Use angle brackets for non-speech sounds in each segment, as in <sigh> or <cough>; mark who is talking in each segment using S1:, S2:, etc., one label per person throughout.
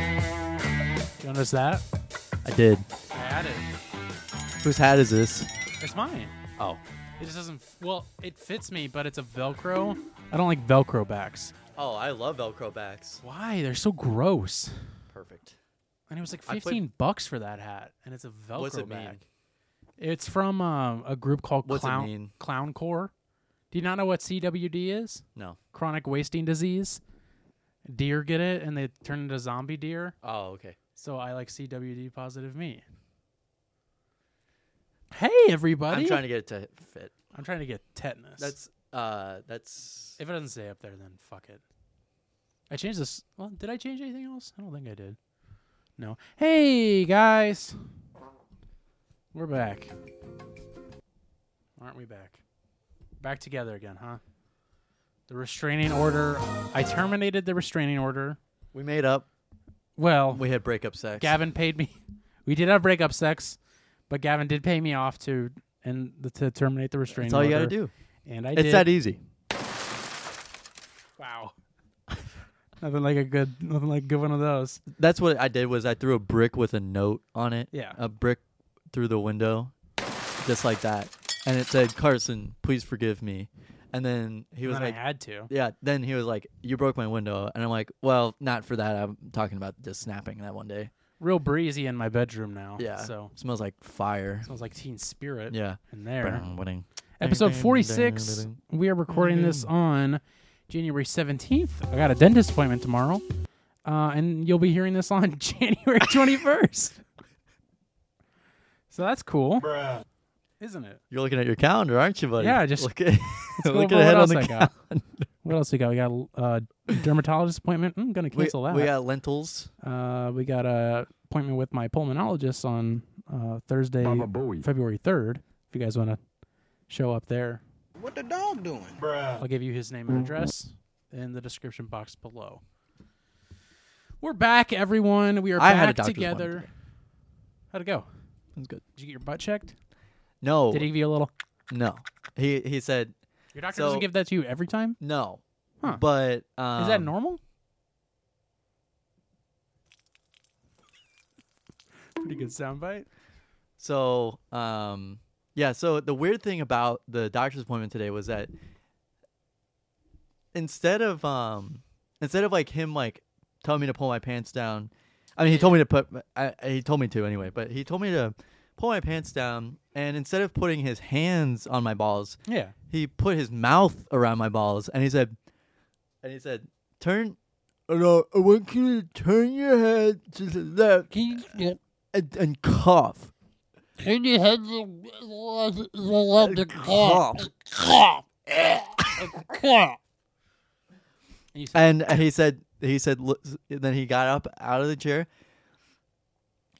S1: You notice that?
S2: I did.
S3: I had it.
S2: Whose hat is this?
S3: It's mine.
S2: Oh.
S3: It just doesn't. Well, it fits me, but it's a Velcro. I don't like Velcro backs.
S2: Oh, I love Velcro backs.
S3: Why? They're so gross.
S2: Perfect.
S3: And it was like
S2: I played-
S3: fifteen bucks for that hat, and it's a Velcro
S2: What's it
S3: bag.
S2: mean?
S3: It's from um, a group called
S2: What's it
S3: Clown
S2: mean?
S3: Clown Core. Do you not know what CWD is?
S2: No.
S3: Chronic wasting disease. Deer get it, and they turn into zombie deer.
S2: Oh, okay.
S3: So I like CWD positive meat. Hey everybody!
S4: I'm trying to get it to fit.
S3: I'm trying to get tetanus.
S4: That's uh that's
S3: If it doesn't say up there, then fuck it. I changed this. Well, did I change anything else? I don't think I did. No. Hey guys, we're back. Aren't we back? Back together again, huh? The restraining order. I terminated the restraining order.
S4: we made up.
S3: Well,
S4: We had breakup sex.
S3: Gavin paid me. <laughs> We did have breakup sex, but Gavin did pay me off to and to terminate the restraining.
S4: That's all you
S3: order,
S4: gotta do.
S3: And I
S2: it's
S3: did.
S2: that easy.
S3: Wow. <laughs> nothing like a good nothing like a good one of those.
S4: That's what I did was I threw a brick with a note on it.
S3: Yeah.
S4: A brick through the window. Just like that. And it said, Carson, please forgive me. And then he was
S3: And
S4: like
S3: I had to.
S4: Yeah, then he was like, You broke my window and I'm like, Well, not for that. I'm talking about just snapping that one day.
S3: Real breezy in my bedroom now.
S4: Yeah.
S3: So
S4: smells like fire.
S3: smells like teen spirit
S4: Yeah.
S3: in there.
S4: Winning.
S3: Episode forty six. We are recording this on January seventeenth. I got a dentist appointment tomorrow. Uh, and you'll be hearing this on <laughs> January twenty first. so that's cool. Isn't it?
S4: You're looking at your calendar, aren't you, buddy?
S3: Yeah, I just-
S4: look at
S3: Let's go
S4: look
S3: over what
S4: ahead on
S3: else
S4: the
S3: I
S4: calendar.
S3: got. <laughs> What else we got? We got a uh, dermatologist appointment. I'm gonna <laughs>
S4: We,
S3: cancel that.
S4: we got lentils.
S3: Uh, we got a appointment with my pulmonologist on uh, Thursday, February third. If you guys want to show up there,
S5: What the dog doing?
S3: I'll give you his name and address in the description box below. We're back, everyone. We are
S4: I
S3: back
S4: had a doctor's appointment
S3: together.
S4: today.
S3: How'd it go?
S4: That's good.
S3: Did you get your butt checked?
S4: No,
S3: Did he give you a little?
S4: no. He he said
S3: Your doctor
S4: So-
S3: doesn't give that to you every time.
S4: no.
S3: Huh.
S4: But um,
S3: Is that normal? Pretty good soundbite.
S4: So um, yeah. So the weird thing about the doctor's appointment today was that instead of um, instead of like him like telling me to pull my pants down, I mean he told me to put I, I- he told me to anyway, but he told me to pull my pants down, and instead of putting his hands on my balls,
S3: Yeah.
S4: he put his mouth around my balls and he said and he said turn no, I want you to turn your head to the left
S3: Can you
S4: and, and cough.
S6: And you had the, the, the love to cough.
S4: Cough.
S6: Cough. Cough.
S3: And you said,
S4: And and he said he said "Look," and then he got up out of the chair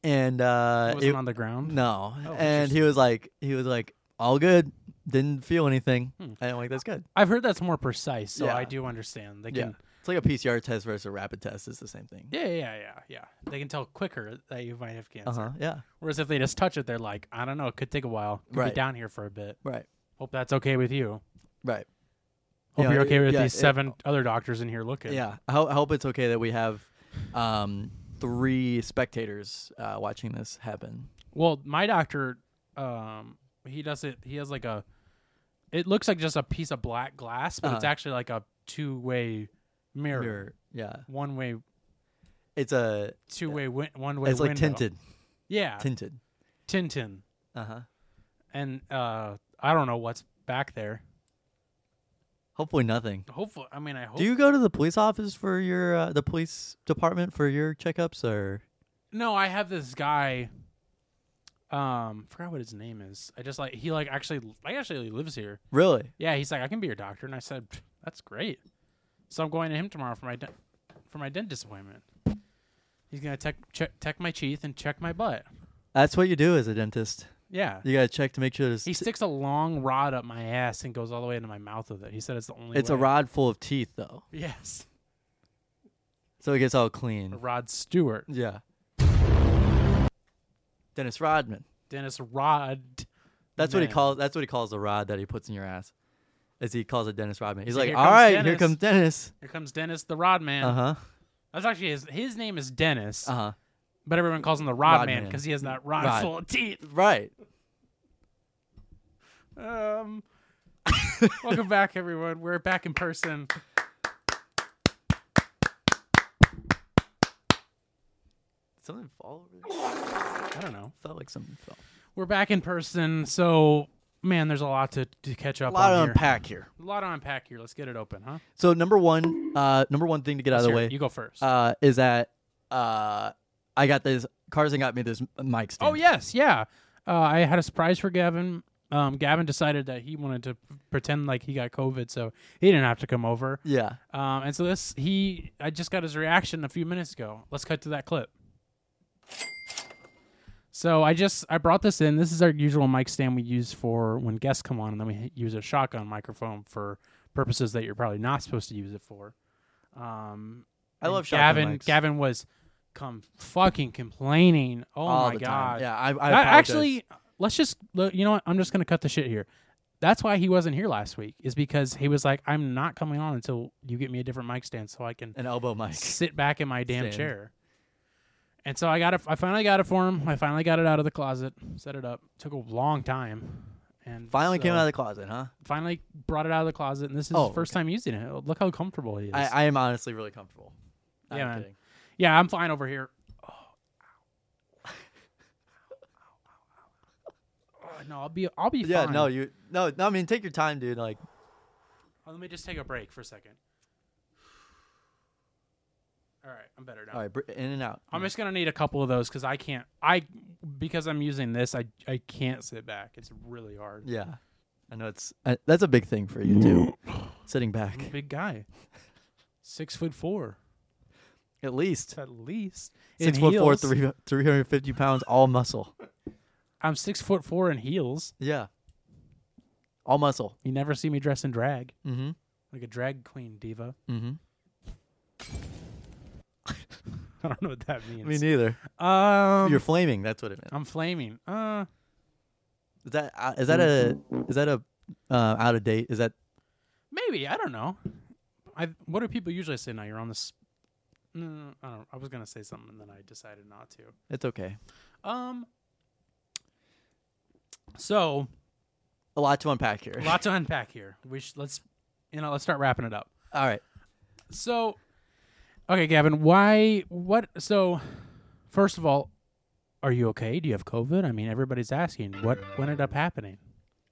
S4: and uh
S3: it wasn't on the ground.
S4: no
S3: Oh,
S4: and he was like he was like all good didn't feel anything
S3: Hmm.
S4: and I'm like that's good
S3: I've heard that's more precise, so
S4: Yeah.
S3: I do understand. They
S4: Yeah.
S3: can,
S4: it's like a PCR test versus a rapid test it's the same thing
S3: yeah, yeah, yeah, yeah, They can tell quicker that you might have cancer.
S4: uh huh yeah
S3: Whereas if they just touch it, they're like, I don't know, it could take a while. Could be
S4: Right.
S3: down here for a bit.
S4: right
S3: Hope that's okay with you.
S4: right
S3: Hope
S4: Yeah,
S3: you're okay
S4: it-
S3: with
S4: yeah,
S3: these
S4: it-
S3: seven other doctors in here looking.
S4: Yeah, I, ho- I hope it's okay that we have um, three spectators uh, watching this happen.
S3: Well, my doctor, um, he does it. He has like a. It looks like just a piece of black glass, but it's
S4: Uh-huh.
S3: actually like a two-way mirror,
S4: Or- yeah,
S3: one-way,
S4: it's a
S3: two-way, win- one-way.
S4: it's like
S3: window.
S4: tinted,
S3: Yeah,
S4: tinted.
S3: Tintin.
S4: Uh huh.
S3: and uh I don't know what's back there.
S4: Hopefully nothing.
S3: Hopefully, I mean I hope.
S4: Do you go to the police office for your uh, the police department for your checkups or?
S3: no, I have this guy Um, forgot what his name is. I just like he like actually I actually lives here.
S4: Really?
S3: Yeah, he's like I can be your doctor, and I said "Pff, that's great. So I'm going to him tomorrow for my de- for my dentist appointment. He's gonna tech check tech my teeth and check my butt.
S4: That's what you do as a dentist.
S3: Yeah,
S4: You gotta check to make sure there's.
S3: he sticks a long rod up my ass and goes all the way into my mouth with it. He said it's the only.
S4: it's a
S3: way.
S4: rod full of teeth though,
S3: Yes,
S4: so it gets all
S3: a
S4: clean.
S3: Rod Stewart,
S4: Yeah. Dennis Rodman.
S3: Dennis Rod.
S4: That's what he
S3: Man.
S4: calls. That's what he calls the rod that he puts in your ass. As he calls it, Dennis Rodman. He's
S3: So
S4: like,
S3: here
S4: all
S3: comes
S4: right, here
S3: Dennis."
S4: comes Dennis.
S3: Here comes Dennis the Rod Man.
S4: Uh huh.
S3: That's actually his. His name is Dennis,
S4: Uh huh.
S3: but everyone calls him the Rod,
S4: Rod
S3: Man
S4: Man.
S3: because he has that rod,
S4: Rod.
S3: full of teeth.
S4: Right. <laughs>
S3: Um, welcome back, everyone. We're back in person.
S4: Something fall over there.
S3: I don't know.
S4: Felt like something fell.
S3: We're back in person, so man, there's a lot to, to catch up
S4: A lot
S3: on
S4: to
S3: here.
S4: unpack here.
S3: A lot to unpack here. Let's get it open, huh?
S4: So number one, uh, number one thing to get out
S3: Let's
S4: of the
S3: hear it.
S4: way
S3: you go first.
S4: uh, is that uh, I got this. Carson got me this mic stand.
S3: Oh yes, yeah. Uh, I had a surprise for Gavin. Um, Gavin decided that he wanted to p- pretend like he got COVID, so he didn't have to come over.
S4: Yeah.
S3: Um, and so this, he, I just got his reaction a few minutes ago. Let's cut to that clip. So I just I brought this in. This is our usual mic stand we use for when guests come on, and then we h- use a shotgun microphone for purposes that you're probably not supposed to use it for. Um,
S4: I
S3: and
S4: love shotgun
S3: Gavin.
S4: mics.
S3: Gavin was come fucking complaining. Oh
S4: All
S3: my
S4: the
S3: god!
S4: Time. Yeah. I, I
S3: That-
S4: apologize.
S3: actually, let's just look, you know what? I'm just gonna cut the shit here. That's why he wasn't here last week is because he was like, I'm not coming on until you get me a different mic stand so I can
S4: an elbow mic.
S3: sit back in my damn
S4: Stand.
S3: chair. And so I got it. I finally got it for him. I finally got it out of the closet, set it up. Took a long time, and
S4: Finally came
S3: so
S4: out of the closet, huh?
S3: Finally brought it out of the closet, and this is
S4: Oh,
S3: his first time using it. Look how comfortable he is.
S4: I, I am honestly really comfortable. No,
S3: Yeah,
S4: I'm
S3: man.
S4: kidding.
S3: yeah, I'm fine over
S4: <laughs>
S3: here. Oh, ow. Ow, ow, ow, ow, ow. Oh, no, I'll be. I'll be
S4: Yeah,
S3: fine.
S4: no, you no, no. I mean, take your time, dude. Like,
S3: Oh, let me just take a break for a second. All right, I'm better now.
S4: all right, br- in and out.
S3: I'm just gonna need a couple of those because I can't. I because I'm using this, I I can't sit back. It's really hard.
S4: Yeah, I know it's I, that's a big thing for
S3: <sniffs>
S4: you too. Sitting back,
S3: I'm a big guy, six foot four
S4: at least
S3: at least.
S4: six
S3: in
S4: foot four,
S3: heels.
S4: three three hundred fifty pounds, all muscle.
S3: I'm six foot four in heels.
S4: Yeah, all muscle.
S3: You never see me dress in drag
S4: Mm-hmm.
S3: like a drag queen diva. <laughs>
S4: Mm-hmm.
S3: I don't know what that means.
S4: Me neither.
S3: um,
S4: You're flaming. That's what it meant.
S3: I'm flaming. Uh,
S4: Is that uh, is that a is that a uh, out of date? Is that
S3: Maybe I don't know. I what do people usually say now? You're on this. No, no, no, I don't. I was gonna say something, and then I decided not to.
S4: it's okay.
S3: Um. So
S4: A lot to unpack here.
S3: a lot to unpack here. We should, let's, you know, let's start wrapping it up.
S4: All right.
S3: So, okay, Gavin, why? What? So, first of all, are you okay? Do you have COVID? I mean, everybody's asking what what ended up happening.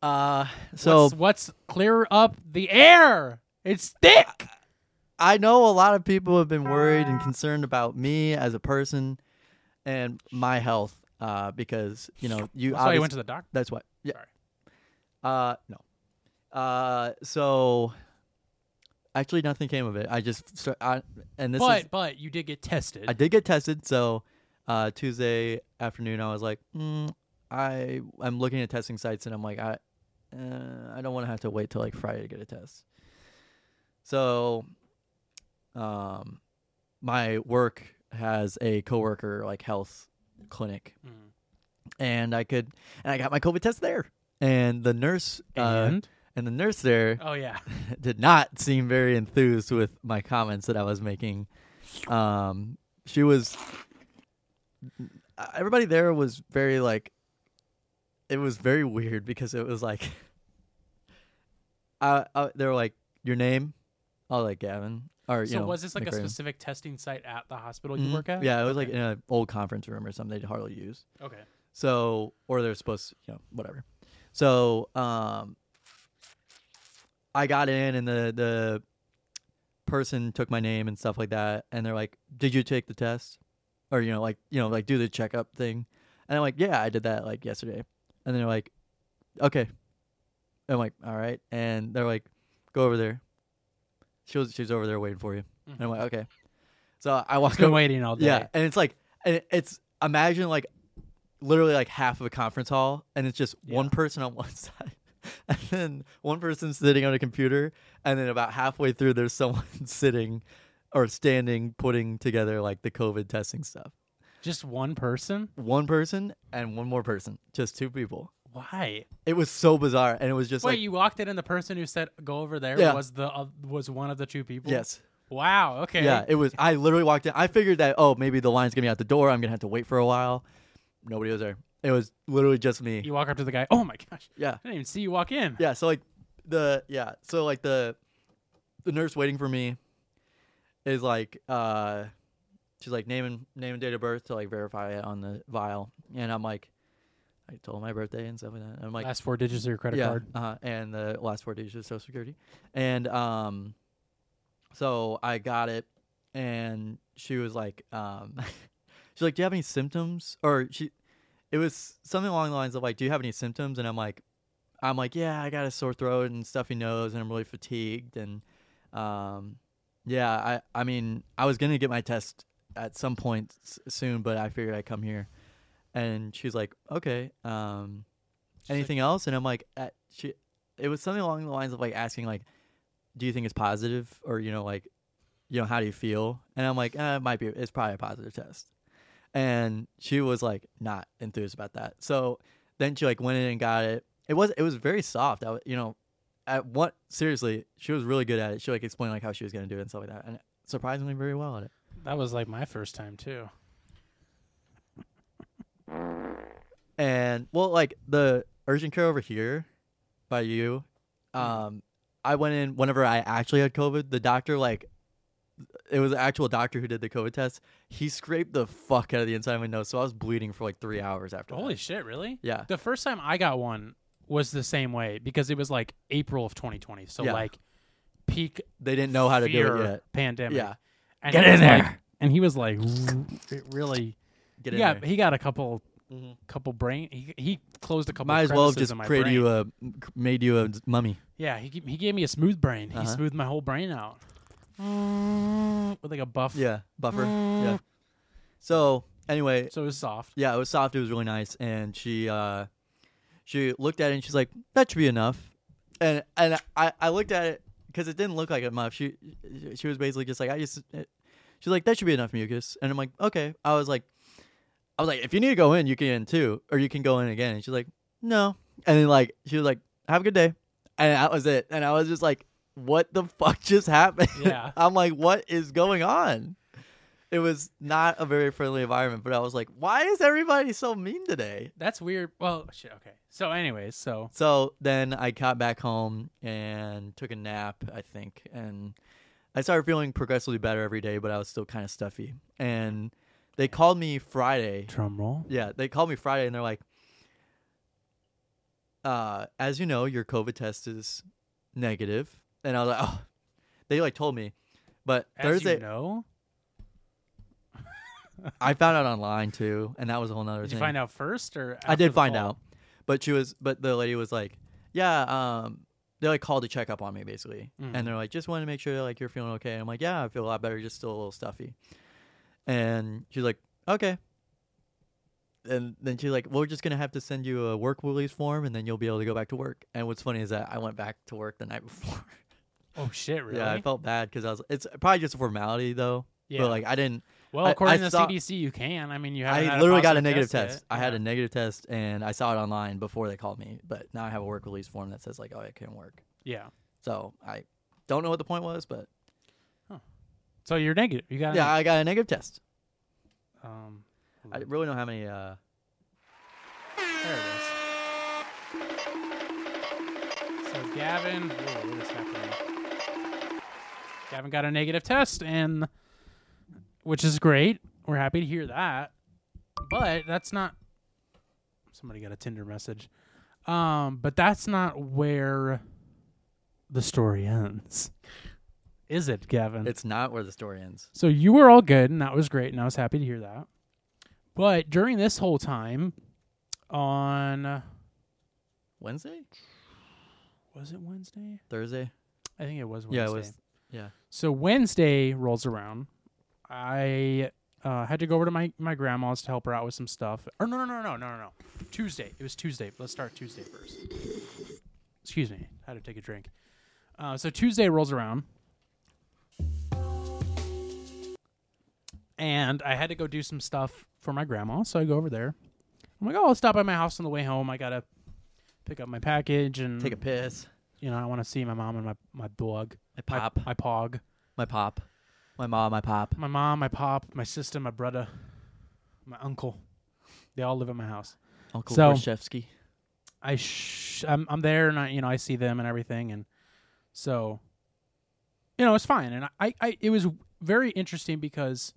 S4: Uh, so
S3: what's, what's clear up the air? It's thick.
S4: I know a lot of people have been worried and concerned about me as a person and my health uh, because you know you.
S3: That's why you went
S4: obvious-
S3: to the doctor.
S4: That's why. Yeah.
S3: Sorry.
S4: Uh, no. Uh, so actually, nothing came of it. I just start, I, and this
S3: but
S4: is
S3: but you did get tested.
S4: I did get tested. So uh, Tuesday afternoon, I was like, mm, I I'm looking at testing sites, and I'm like, I uh, I don't want to have to wait till like Friday to get a test. So, um, my work has a coworker like health clinic,
S3: Mm.
S4: and I could and I got my COVID test there, and the nurse uh,
S3: and
S4: and the nurse there
S3: oh
S4: <laughs>
S3: yeah,
S4: did not seem very enthused with my comments that I was making. Um, she was. uh, Everybody there was very like. It was very weird because it was like. <laughs> I, I they were like your name, I was like Gavin. Or you
S3: so
S4: know,
S3: was this like a
S4: McRae.
S3: specific testing site at the hospital
S4: Mhm.
S3: you work at?
S4: Yeah, it was like
S3: okay.
S4: in an old conference room or something they'd hardly use.
S3: okay.
S4: So, or they're supposed, to, you know, whatever. So, um, I got in, and the the person took my name and stuff like that, and they're like, "Did you take the test?" Or you know, like you know, like do the checkup thing, And I'm like, yeah, I did that like yesterday. And they're like, okay. I'm like, all right. And they're like, go over there. She was she's over there waiting for you. And I'm like, okay. So I walk
S3: Been
S4: over.
S3: waiting all day.
S4: Yeah, and it's like, and it- it's imagine like literally like half of a conference hall, and it's just one person on <laughs> one side, and then one person sitting on a computer, and then about halfway through, there's someone <laughs> sitting or standing putting together like the COVID testing stuff.
S3: Just one person?
S4: One person and one more person, just two people.
S3: Why?
S4: It was so bizarre, and it was just
S3: Wait,
S4: like,
S3: you walked in and the person who said go over there
S4: Yeah.
S3: was the uh, was one of the two people?
S4: <laughs> yes.
S3: Wow, okay.
S4: Yeah, it was. I literally walked in. I figured that oh, maybe the line's gonna be out the door. I'm gonna have to wait for a while. Nobody was there. It was literally just me.
S3: You walk up to the guy, "Oh my gosh.
S4: Yeah.
S3: I didn't even see you walk in."
S4: <laughs> yeah so like the yeah so like the the nurse waiting for me is like uh she's like naming name and date of birth to like verify it on the vial and i'm like i told my birthday and stuff like that i'm like
S3: Last four digits of your credit
S4: yeah,
S3: card.
S4: Uh, and the last four digits of Social Security. And um, so I got it, and she was like, um, <laughs> she's like, do you have any symptoms? Or she, it was something along the lines of like, do you have any symptoms? And I'm like, I'm like, yeah, I got a sore throat and stuffy nose, and I'm really fatigued, and um, yeah, I, I mean, I was gonna get my test at some point s- soon, but I figured I'd come here. And she's like, okay, um, anything else? And I'm like, uh she, it was something along the lines of like asking like, do you think it's positive or you know like, you know how do you feel? And I'm like, uh, it might be, it's probably a positive test. And she was like not enthused about that. So then she like went in and got it. It was it was very soft. I, wa- you know, at what seriously, she was really good at it. She like explained like how she was gonna do it and stuff like that, and surprisingly very well at it.
S3: That was like my first time too.
S4: And well, like the urgent care over here by you, um, I went in whenever I actually had COVID. The doctor like, it was an actual doctor who did the COVID test. He scraped the fuck out of the inside of my nose, so I was bleeding for like three hours after.
S3: Holy
S4: that.
S3: shit, really?
S4: yeah,
S3: The first time I got one was the same way because it was like April of 2020. So
S4: Yeah.
S3: like peak
S4: they didn't know how to do
S3: fear
S4: it yet.
S3: pandemic.
S4: Yeah.
S3: And
S4: Get
S3: he
S4: in
S3: was like-
S4: there.
S3: and he was like it really
S4: Get in
S3: Yeah,
S4: there.
S3: he got a couple
S4: Mhm.
S3: couple brain he, he closed a couple
S4: Might as well have
S3: crevices
S4: just
S3: in my
S4: created
S3: brain.
S4: you a made you a mummy.
S3: Yeah, he, g- he gave me a smooth brain.
S4: Uh-huh.
S3: He smoothed my whole brain
S4: <laughs>
S3: out. With like a buff.
S4: Yeah, buffer. Yeah. So anyway,
S3: So it was soft.
S4: yeah, it was soft. It was really nice, and she uh, she looked at it and she's like, "That should be enough." And and I, I looked at it because it didn't look like enough. She she was basically just like, "I just," she's like, "That should be enough mucus," and I'm like, "Okay." I was like, I was like, "If you need to go in, you can too, or you can go in again." And she's like, "No," and then like she was like, "Have a good day," and that was it. And I was just like, "What the fuck <laughs> just happened?"
S3: Yeah.
S4: <laughs> I'm like, "What is going on?" it was not a very friendly environment, but I was like, why is everybody so mean today?
S3: That's weird. Well, shit, okay. So anyways, so
S4: So then I got back home and took a nap, I think, and I started feeling progressively better every day, but I was still kind of stuffy. And they called me Friday.
S3: drum roll.
S4: Yeah, they called me Friday and they're like, uh, as you know, your COVID test is negative. And I was like, <laughs> oh, they like told me. But
S3: As
S4: Thursday,
S3: you know,
S4: I found out online too, and that was a whole nother
S3: did
S4: thing.
S3: you find out first or
S4: I did find out, but she was, but the lady was like, yeah, um, they like called to check up on me basically,
S3: Mm.
S4: and they're like, just want to make sure like you're feeling okay. And I'm like, yeah, I feel a lot better, just still a little stuffy. And she's like, okay. And then she's like, we're just gonna have to send you a work release form, and then you'll be able to go back to work. And what's funny is that I went back to work the night <laughs> before.
S3: Oh shit, really?
S4: Yeah, I felt bad because I was. It's probably just a formality though.
S3: Yeah.
S4: But like, I didn't.
S3: well,
S4: I-
S3: according
S4: I
S3: to the
S4: saw-
S3: CDC, you can. I mean, you haven't
S4: I
S3: had
S4: literally got a
S3: positive
S4: negative test. I had
S3: yet.
S4: a negative test, and I saw it online before they called me. But now I have a work release form that says like, "Oh, it can work."
S3: Yeah.
S4: So I don't know what the point was, but
S3: So you're negative. You got. a
S4: yeah, I got a negative test.
S3: neg- Um.
S4: I really don't have any. Uh,
S3: There it is. So Gavin, whoa, what is happening? Gavin got a negative test, and which is great. We're happy to hear that, but that's not. Somebody got a Tinder message, um, but that's not where the story ends, is it, Gavin?
S4: it's not where the story ends.
S3: So you were all good, and that was great, and I was happy to hear that. But during this whole time, on
S4: Wednesday,
S3: was it Wednesday?
S4: Thursday.
S3: I think it was Wednesday.
S4: Yeah, it was. Yeah.
S3: So Wednesday rolls around. I uh, had to go over to my, my grandma's to help her out with some stuff. Or no, no, no, no, no, no, no. Tuesday. It was Tuesday. Let's start Tuesday first. Excuse me. I had to take a drink. Uh, so Tuesday rolls around. And I had to go do some stuff for my grandma. So I go over there. I'm like, oh, I'll stop by my house on the way home. I got to pick up my package and,
S4: Take a piss.
S3: you know, I want to see my mom and my, my dog.
S4: My pop.
S3: My pog.
S4: My pop. My mom. My pop.
S3: My mom, my pop, my sister, my brother, my uncle. They all live at my house.
S4: Uncle
S3: So-
S4: Wojciechowski.
S3: I sh- I'm I'm there and I you know I see them and everything and so you know it's fine and I, I it was very interesting because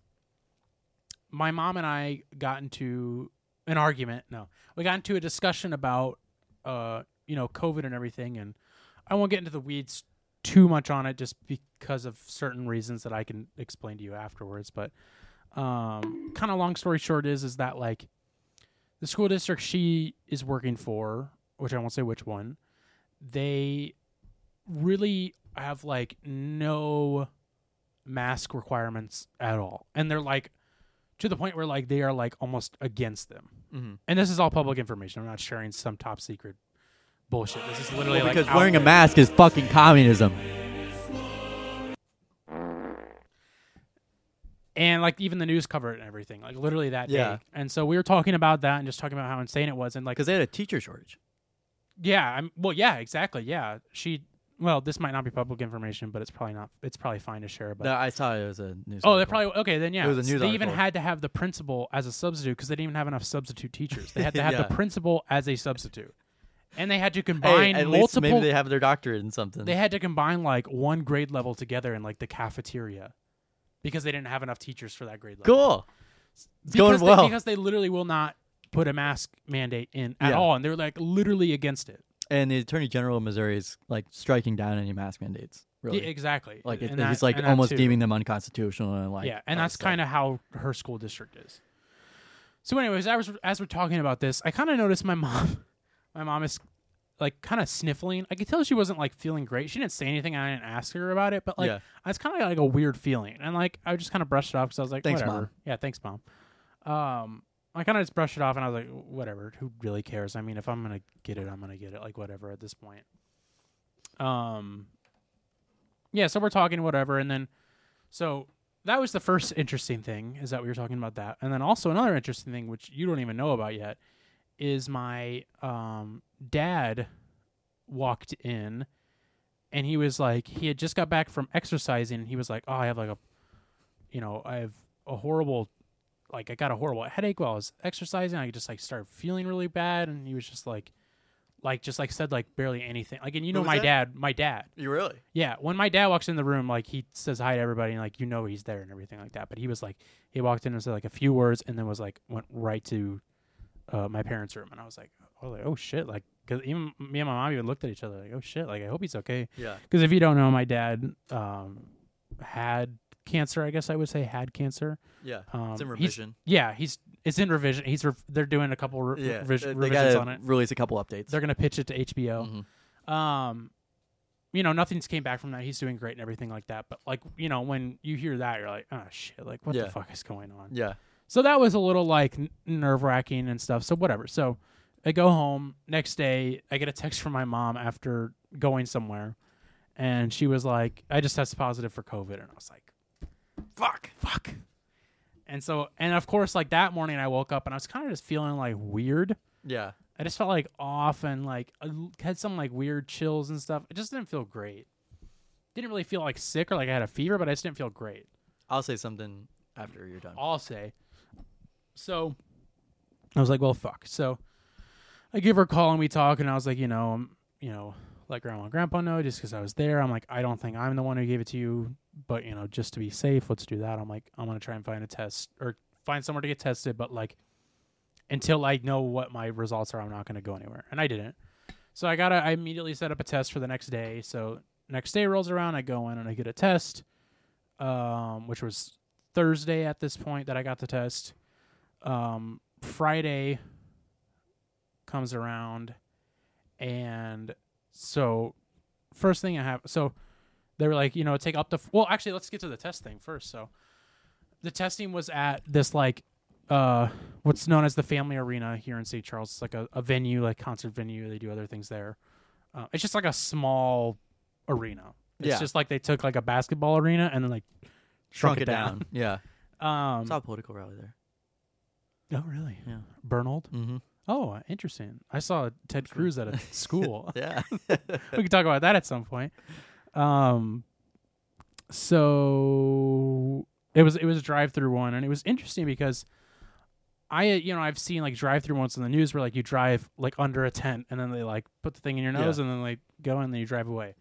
S3: my mom and I got into an argument no we got into a discussion about uh you know COVID and everything and I won't get into the weeds too much on it just because of certain reasons that I can explain to you afterwards but um kind of long story short is is that like the school district she is working for, which I won't say which one, they really have like no mask requirements at all. And they're like to the point where like they are like almost against them.
S4: Mhm.
S3: And this is all public information. I'm not sharing some top secret bullshit. This is literally like
S4: Because
S3: out
S4: wearing a
S3: there.
S4: mask is fucking communism.
S3: and like even the news covered it and everything. Like literally that
S4: Yeah.
S3: day. And so we were talking about that and just talking about how insane it was and like
S4: Because they had a teacher shortage.
S3: Yeah, I'm well, yeah, exactly. Yeah. She well, this might not be public information, but it's probably not it's probably fine to share, but
S4: No, I saw it was a news.
S3: Oh, they
S4: article.
S3: probably okay. Then yeah,
S4: It was a news
S3: they even
S4: article.
S3: had to have the principal as a substitute because they didn't even have enough substitute teachers. They had
S4: <laughs>
S3: to have
S4: Yeah.
S3: the principal as a substitute, and they had to
S4: Hey,
S3: combine
S4: at
S3: multiple.
S4: least maybe
S3: they,
S4: they have their doctorate in something.
S3: had to combine like one grade level together in like the cafeteria because they didn't have enough teachers for that grade level.
S4: cool. It's
S3: because
S4: going
S3: they,
S4: well.
S3: because they literally will not put a mask mandate in at
S4: Yeah.
S3: all, and they're like literally against it.
S4: and the attorney general of Missouri is like striking down any mask mandates. Really,
S3: Yeah, E-, exactly.
S4: like it,
S3: And that-
S4: he's like
S3: and that
S4: almost
S3: too.
S4: deeming them unconstitutional and like
S3: yeah, and that's kind of how her school district is. So, anyways, I was as we're talking about this, I kind of noticed my <laughs> mom. My mom is like kind of sniffling. I could tell she wasn't like feeling great. She didn't say anything. and I didn't ask her about it, but like
S4: Yeah.
S3: it's kind of like a weird feeling. And like I just kind of brushed it off because I was like,
S4: Thanks,
S3: whatever.
S4: Mom.
S3: Yeah, thanks, mom. Um, I kind of just brushed it off, and I was like, whatever. Who really cares? I mean, if I'm gonna get it, I'm gonna get it. Like whatever at this point. Um. Yeah, so we're talking whatever, and then so that was the first interesting thing is that we were talking about that, and then also another interesting thing which you don't even know about yet is my um, dad walked in and he was like he had just got back from exercising and he was like oh i have like a you know i have a horrible like i got a horrible headache while i was exercising i just like started feeling really bad and he was just like like just like said like barely anything like and you
S4: Who
S3: know
S4: was
S3: my
S4: that?
S3: dad my dad
S4: you really
S3: yeah, when my dad walks in the room, like he says hi to everybody, and like you know he's there and everything like that. But he was like, he walked in and said like a few words, and then was like went right to uh, my parents' room, and I was like, oh, like, oh shit, like because even me and my mom even looked at each other like, oh shit, like I hope he's okay.
S4: yeah
S3: Because if you don't know, my dad um, had cancer. I guess I would say had cancer.
S4: yeah
S3: Um,
S4: it's in
S3: he's-
S4: revision
S3: Yeah, he's it's in revision. He's rev they're doing a couple re-
S4: yeah
S3: revis-
S4: they- they
S3: revisions
S4: gotta Mm-hmm.
S3: on it.
S4: release a couple updates
S3: They're gonna pitch it to HBO um you know nothing's came back from that he's doing great and everything like that but like you know when you hear that you're like oh shit like what
S4: Yeah.
S3: the fuck is going on
S4: yeah
S3: so that was a little like nerve wracking and stuff so whatever so i go home next day i get a text from my mom after going somewhere and she was like i just tested positive for covid and i was like fuck fuck and so and of course like that morning i woke up and i was kind of just feeling like weird
S4: yeah
S3: I just felt like off and like I l- had some like weird chills and stuff. It just didn't feel great. Didn't really feel like sick or like I had a fever, but I just didn't feel great.
S4: I'll say something after you're done
S3: I'll say. So I was like, well, fuck. So I give her a call and we talk, and I was like, you know, um, you know, let grandma and grandpa know just because I was there. I'm like, I don't think I'm the one who gave it to you, but you know, just to be safe, let's do that. I'm like, I'm gonna try and find a test or find somewhere to get tested, but like until I know what my results are, I'm not gonna go anywhere. And I didn't. So I gotta I immediately set up a test for the next day. So next day rolls around, I go in and I get a test. Um, which was Thursday at this point that I got the test. um, Friday comes around, and so first thing I have, so they were like, you know, take up to. F- well, actually, let's get to the test thing first. So the testing was at this like uh what's known as the family arena here in st charles it's like a, a venue like concert venue they do other things there uh, it's just like a small arena it's
S4: Yeah.
S3: just like they took like a basketball arena and then like shrunk,
S4: Shrunk it down. yeah.
S3: um
S4: Saw a political rally there.
S3: oh really
S4: Yeah.
S3: bernold
S4: Mm-hmm.
S3: oh uh, interesting i saw ted cruz at a <laughs> school
S4: Yeah. <laughs>
S3: we could talk about that at some point um so it was it was a drive through one and it was interesting because I uh, you know I've seen like drive through ones in the news where like you drive like under a tent and then they like put the thing in your nose and then like go and then you drive away.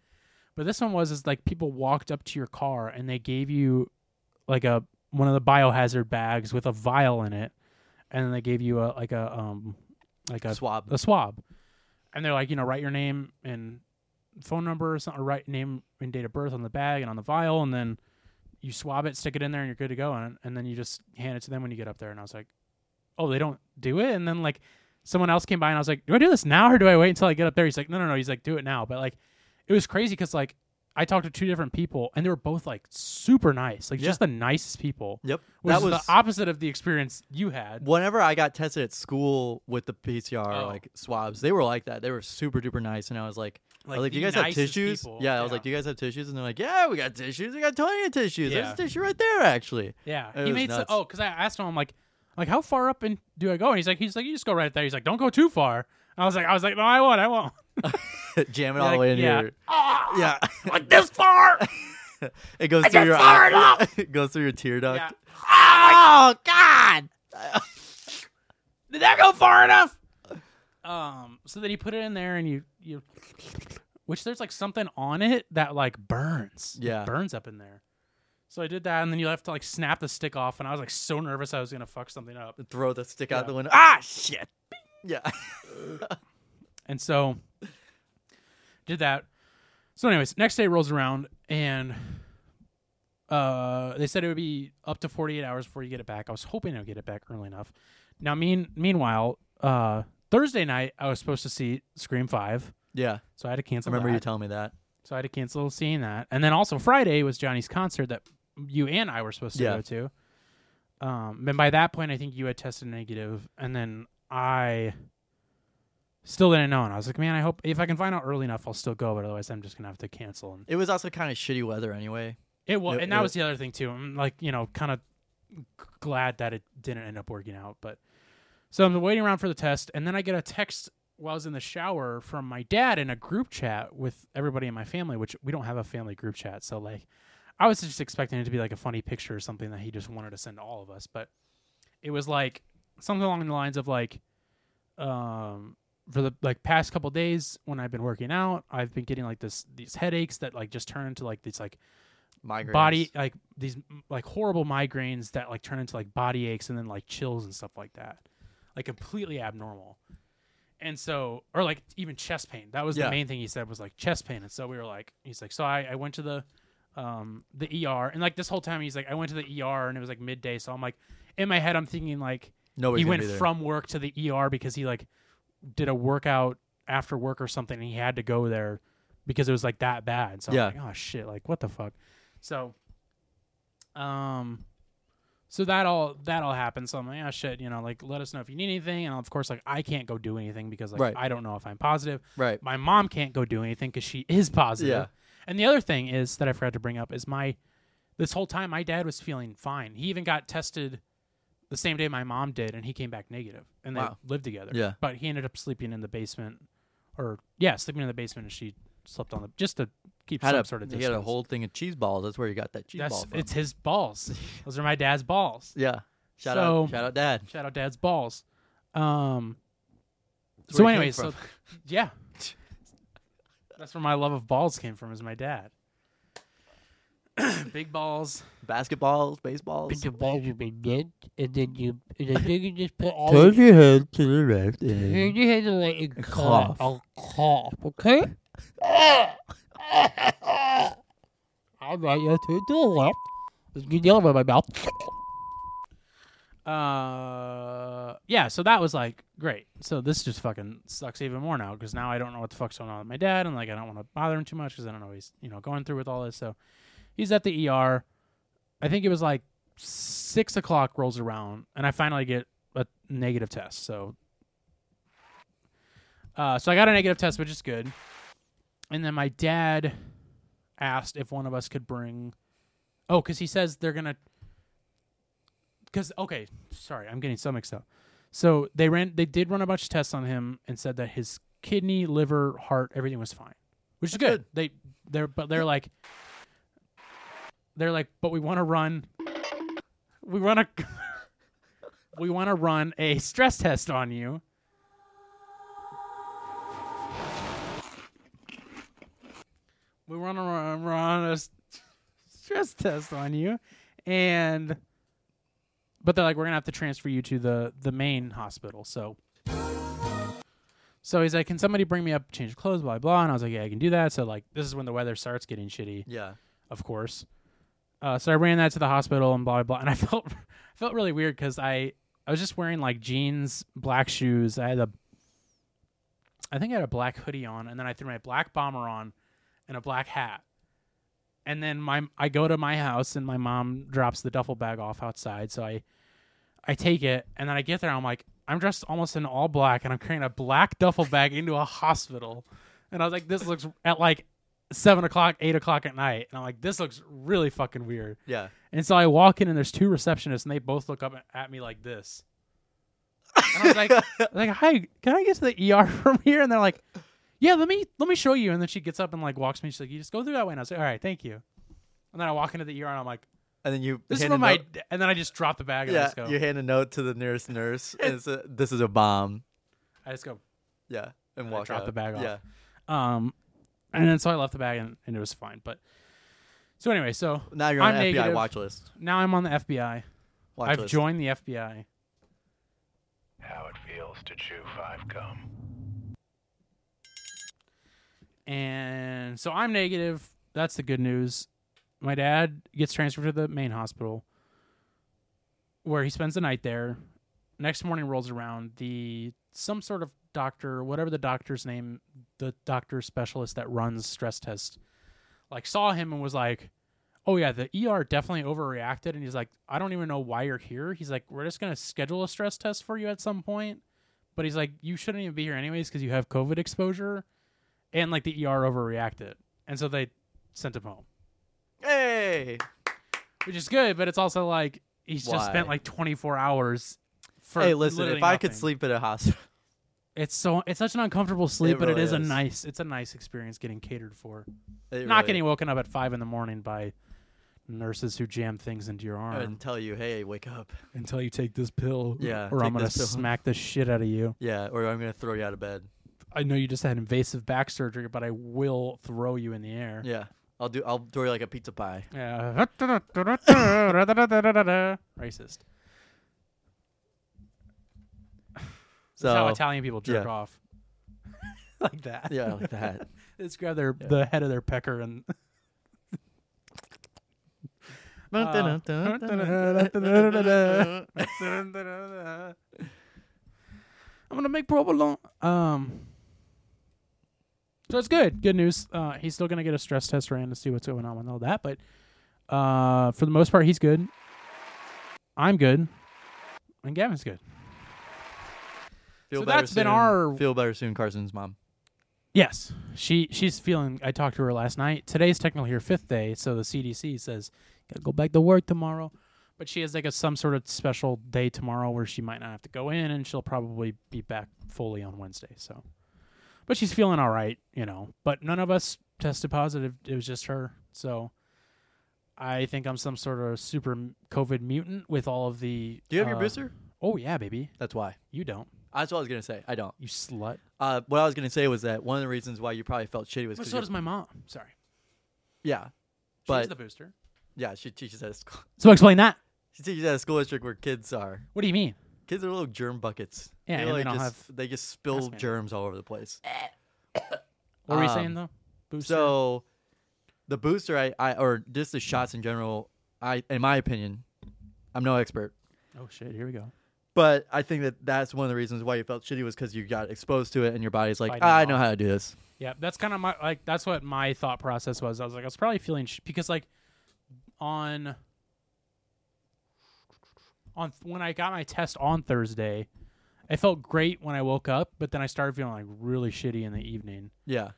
S3: But this one was is like people walked up to your car and they gave you like a one of the biohazard bags with a vial in it and then they gave you a like a um like a
S4: Swab.
S3: a swab. And they're like, you know, write your name and phone number or something, or write name and date of birth on the bag and on the vial, and then you swab it, stick it in there, and you're good to go. And, and then you just hand it to them when you get up there. And I was like, oh, they don't do it? And then, like, someone else came by, and I was like, do I do this now or do I wait until I get up there? He's like, no, no, no. He's like, do it now. But, like, it was crazy because, like, I talked to two different people, and they were both, like, super nice. Like,
S4: Yeah.
S3: just the nicest people.
S4: Yep.
S3: Which
S4: that
S3: is
S4: was
S3: the opposite of the experience you had.
S4: whenever I got tested at school with the PCR
S3: Oh.
S4: like swabs. They were like that. They were super duper nice, and I was like, I was like, do you
S3: the
S4: guys have
S3: nicest
S4: tissues?
S3: people.
S4: Yeah, I was like, do you guys have tissues? And they're like, yeah, we got tissues. We got Tony of tissues.
S3: Yeah.
S4: There's a tissue right there, actually. <laughs>
S3: Yeah,
S4: It
S3: he
S4: was
S3: made so,
S4: nuts.
S3: oh because I asked him I'm like like how far up and do I go and he's like he's like you just go right there he's like don't go too far and I was like I was like no I won't I won't
S4: Jam it
S3: Yeah,
S4: all the way
S3: like-
S4: in
S3: yeah.
S4: your yeah.
S3: <laughs>
S6: Like this far?
S4: it goes
S6: got
S4: through your
S6: far
S4: <laughs> eye. it goes through your tear duct.
S3: yeah
S6: Oh, God.
S3: did that go far enough? Um so then you put it in there and you you which there's like something on it that like burns It
S4: Yeah.
S3: burns up in there so I did that and then you have to like snap the stick off and I was like so nervous I was gonna fuck something up
S4: Throw the stick
S3: Yeah.
S4: out the window. Ah, shit. <laughs> Yeah.
S3: And so did that. So anyways, next day rolls around and uh they said it would be up to 48 hours before you get it back. I was hoping I would get it back early enough. Now mean meanwhile, uh Thursday night I was supposed to see Scream 5,
S4: yeah.
S3: so I had to
S4: I
S3: cancel
S4: remember
S3: that.
S4: you telling me that.
S3: so I had to cancel seeing that. And then also Friday was Johnny's concert that you and I were supposed to
S4: Yeah.
S3: go to. Um and by that point I think you had tested negative and then I still didn't know and I was like, man, I hope if I can find out early enough I'll still go, but otherwise I'm just gonna have to cancel and
S4: It was also kind of shitty weather anyway.
S3: it was
S4: It-
S3: and that
S4: it-
S3: was the other thing too. I'm like, you know, kinda glad that it didn't end up working out, but so I'm waiting around for the test and then I get a text while I was in the shower from my dad in a group chat with everybody in my family, which we don't have a family group chat, so like I was just expecting it to be like a funny picture or something that he just wanted to send to all of us, but it was like something along the lines of like, um, for the like past couple days when I've been working out, I've been getting like this these headaches that like just turn into like these like
S4: Migraines.
S3: body like these m- like horrible migraines that like turn into like body aches and then like chills and stuff like that, like completely abnormal. And so, or like even chest pain. That was the
S4: Yeah.
S3: main thing he said was like chest pain. And so we were like, he's like, so I, I went to the um the ER and like this whole time he's like I went to the ER and it was like midday so I'm like in my head I'm thinking like
S4: Nobody's
S3: he
S4: gonna
S3: went
S4: be there.
S3: from work to the ER because he like did a workout after work or something and he had to go there because it was like that bad so
S4: Yeah.
S3: I'm like oh shit like what the fuck so um so that all that all happened so I'm like oh shit you know like let us know if you need anything and of course like I can't go do anything because like
S4: Right.
S3: I don't know if I'm positive
S4: Right.
S3: my mom can't go do anything because she is positive.
S4: Yeah.
S3: And the other thing is that I forgot to bring up is my this whole time my dad was feeling fine. He even got tested the same day my mom did, and he came back negative, and they
S4: Wow.
S3: lived together.
S4: Yeah.
S3: But he ended up sleeping in the basement, or yeah, sleeping in the basement, and she slept on the just to keep
S4: Had
S3: some
S4: a,
S3: sort of
S4: he
S3: distance.
S4: had a whole thing of cheese balls. That's where you got that cheese
S3: That's
S4: ball from.
S3: it's his balls. Those are my dad's balls.
S4: yeah. Shout
S3: So-
S4: out. Shout out, Dad.
S3: Shout out dad's balls. Um.
S4: That's
S3: so
S4: where it came
S3: anyways, so
S4: from.
S3: yeah. That's where my love of balls came from is my dad. Big balls.
S4: basketballs, baseballs.
S6: Put the balls in my neck, and then you, and then you just put all
S2: Turn your head to the eh? left
S6: Turn
S2: and
S6: your head away and
S2: cough.
S6: cough. I'll cough, okay? <laughs> All right, you turn to the left. Let's get down by my mouth.
S3: Uh, yeah. So that was like great. So this just fucking sucks even more now because now I don't know what the fuck's going on with my dad, and like I don't want to bother him too much because I don't know what he's you know going through with all this. So he's at the ER. I think it was like six o'clock rolls around, and I finally get a negative test. So, uh, so I got a negative test, which is good. And then my dad asked if one of us could bring. Oh, because he says they're gonna. Because okay, sorry, I'm getting so mixed up. So they ran, they did run a bunch of tests on him and said that his kidney, liver, heart, everything was fine, which is
S4: That's
S3: good. They, they're, but they're like, they're like, but we want to run, we want to, <laughs> we want to run a stress test on you. We want to run, run a s- stress test on you, and but they're like, we're gonna have to transfer you to the the main hospital. So, so he's like, can somebody bring me up, change clothes, blah blah. And I was like, yeah, I can do that. So like, this is when the weather starts getting shitty
S4: Yeah.
S3: of course. Uh, so I ran that to the hospital and blah <laughs> blah, blah. and I felt felt really weird because I I was just wearing like jeans, black shoes. I had a I think I had a black hoodie on, and then I threw my black bomber on and a black hat. And then my I go to my house and my mom drops the duffel bag off outside, so I I take it and then I get there. I'm like I'm dressed almost in all black and I'm carrying a black duffel bag into a hospital, and I was like this looks at like seven o'clock, eight o'clock at night, and I'm like, this looks really fucking weird.
S4: Yeah.
S3: And so I walk in, and there's two receptionists, and they both look up at me like this. And I was <laughs>
S4: <laughs>
S3: like, I was like, hi, can I get to the ER <laughs> from here? And they're like, yeah, let me let me show you. And then she gets up and like walks me. She's like, you just go through that way. And I was like, all right, thank you. And then I walk into the ER, and I'm like,
S4: And then you
S3: this is
S4: hand a
S3: what my.
S4: note-
S3: d- And then I just drop the bag and I
S4: yeah,
S3: just go.
S4: you hand a note to the nearest nurse. and it's a, this is a bomb.
S3: I just go.
S4: Yeah,
S3: And
S4: and,
S3: I
S4: walk
S3: dropped
S4: out.
S3: the bag off.
S4: Yeah,
S3: Um, and then so I left the bag, and, and it was fine. But so anyway, so
S4: now you're
S3: I'm
S4: on an FBI
S3: negative.
S4: watch list.
S3: now I'm on the FBI.
S4: Watch
S3: I've
S4: list.
S3: joined the FBI.
S5: How it feels to chew five gum.
S3: and so I'm negative. That's the good news. My dad gets transferred to the main hospital, where he spends the night there. Next morning rolls around. The some sort of doctor, whatever the doctor's name, the doctor specialist that runs stress tests, like saw him and was like, "Oh yeah, the ER definitely overreacted." And he's like, "I don't even know why you're here." He's like, "We're just gonna schedule a stress test for you at some point," but he's like, "You shouldn't even be here anyways because you have COVID exposure." and like the ER overreacted, and so they sent him home,
S4: Hey,
S3: which is good. But it's also like he's just
S4: Why?
S3: spent like 24 hours. For
S4: hey, listen.
S3: literally
S4: If I could
S3: nothing.
S4: sleep at a hospital, <laughs>
S3: it's so it's such an uncomfortable sleep, but
S4: really
S3: it is, a
S4: is.
S3: nice it's a nice experience getting catered for.
S4: it
S3: Not
S4: really-
S3: getting woken up at five in the morning by nurses who jam things into your arm
S4: and tell you, hey, wake up.
S3: until you take this pill.
S4: Yeah,
S3: or I'm
S4: take
S3: gonna
S4: this pill.
S3: smack the shit out of you.
S4: Yeah, or I'm gonna throw you out of bed.
S3: I know you just had invasive back surgery, but I will throw you in the air.
S4: Yeah, I'll do. I'll throw you like a pizza pie. <laughs>
S3: Yeah. Racist. That's
S4: So
S3: how Italian people jerk
S4: yeah.
S3: off. <laughs> like that.
S4: yeah, like that.
S3: <laughs> They just grab their the head of their pecker and Uh, I'm gonna make provolone. Um so it's good. Good news. Uh he's still gonna get a stress test ran to see what's going on with all that, but uh for the most part he's good. I'm good. And Gavin's good.
S4: Feel
S3: So
S4: better
S3: that's been
S4: soon.
S3: our-
S4: Feel better soon, Carson's mom.
S3: Yes, she she's feeling. I talked to her last night. Today's technically her fifth day, so the CDC says gotta go back to work tomorrow. But she has like a some sort of special day tomorrow where she might not have to go in, and she'll probably be back fully on Wednesday. So, but she's feeling all right, you know. But none of us tested positive. It was just her. So, I think I'm some sort of super COVID mutant with all of the.
S4: Do you have your
S3: uh,
S4: booster?
S3: Oh yeah, baby.
S4: That's why.
S3: You don't.
S4: That's what I was gonna say. I don't.
S3: You slut.
S4: Uh, what I was gonna say was that one of the reasons why you probably felt shitty was
S3: But
S4: 'cause
S3: so
S4: you-
S3: does my mom. Sorry,
S4: yeah,
S3: she has
S4: but
S3: the booster.
S4: yeah, she teaches at a school.
S3: So explain that.
S4: <laughs> She teaches at a school district where kids are.
S3: What do you mean?
S4: Kids are little germ buckets.
S3: Yeah,
S4: they,
S3: and they
S4: like
S3: don't
S4: just, they just spill
S3: man.
S4: germs all over the place.
S3: What were you
S4: Um,
S3: saying though? Booster.
S4: So, the booster, I, I or just the shots in general, I in my opinion, I'm no expert,
S3: Oh shit! Here we go.
S4: But I think that that's one of the reasons why you felt shitty was because you got exposed to it and your body's like,
S3: Fighting
S4: ah, I
S3: it
S4: know
S3: off.
S4: how to do this.
S3: Yeah, that's kind of my like. That's what my thought process was. I was like, I was probably feeling sh- because like on on when I got my test on Thursday, I felt great when I woke up, but then I started feeling like really shitty in the evening,
S4: Yeah.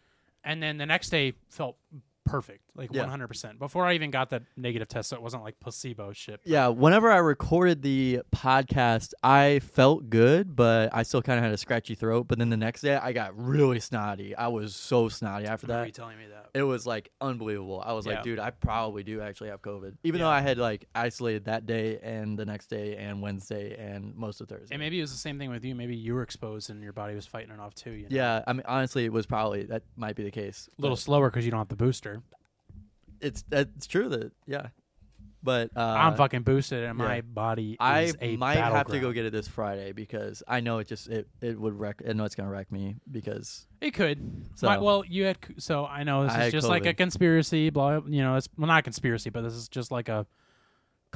S3: and then the next day felt perfect, like
S4: Yeah.
S3: one hundred percent. Before I even got that negative test, so it wasn't like placebo shit.
S4: Yeah. Whenever I recorded the podcast, I felt good, but I still kind of had a scratchy throat. But then the next day, I got really snotty. I was so snotty after
S3: Remember you
S4: that.
S3: telling me that?
S4: It was like unbelievable. I was
S3: Yeah.
S4: like, dude, I probably do actually have COVID. Even though I had like isolated that day and the next day and Wednesday and most of Thursday.
S3: And maybe it was the same thing with you. Maybe you were exposed and your body was fighting it off too. You know?
S4: yeah. I mean, honestly, it was probably that might be the case.
S3: a little slower because you don't have the booster.
S4: It's it's true that yeah, but uh,
S3: I'm fucking boosted, and
S4: yeah.
S3: my body. Is
S4: I
S3: a
S4: might have to
S3: battleground.
S4: go get it this Friday because I know it just it, it would wreck. I know it's gonna wreck me because
S3: It could.
S4: So-
S3: My- well, you had c- so I know this
S4: I
S3: is
S4: had
S3: just like a
S4: COVID.
S3: conspiracy. Blah, you know, it's well not a conspiracy, but this is just like a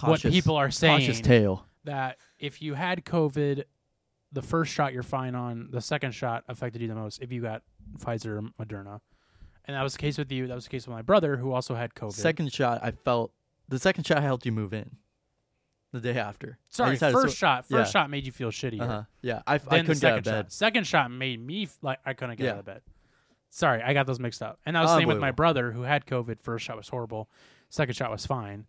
S3: what people are
S4: cautious
S3: saying
S4: tale.
S3: that if you had COVID, the first shot you're fine on, the second shot affected you the most if you got Pfizer or Moderna, and that was the case with you. That was the case with my brother who also had COVID.
S4: Second shot, I felt the second shot helped you move in. The day after, I
S3: sorry,
S4: just had a
S3: first
S4: so-
S3: shot. First
S4: yeah.
S3: shot made you feel shitty.
S4: Uh-huh. Yeah, I, I
S3: Then the
S4: couldn't get
S3: second
S4: out of bed.
S3: shot. Second shot made me f- like I couldn't get out
S4: Yeah.
S3: of bed. Sorry, I got those mixed up. And that was the same with my
S4: Unbelievable.
S3: brother who had COVID. First shot was horrible. Second shot was fine.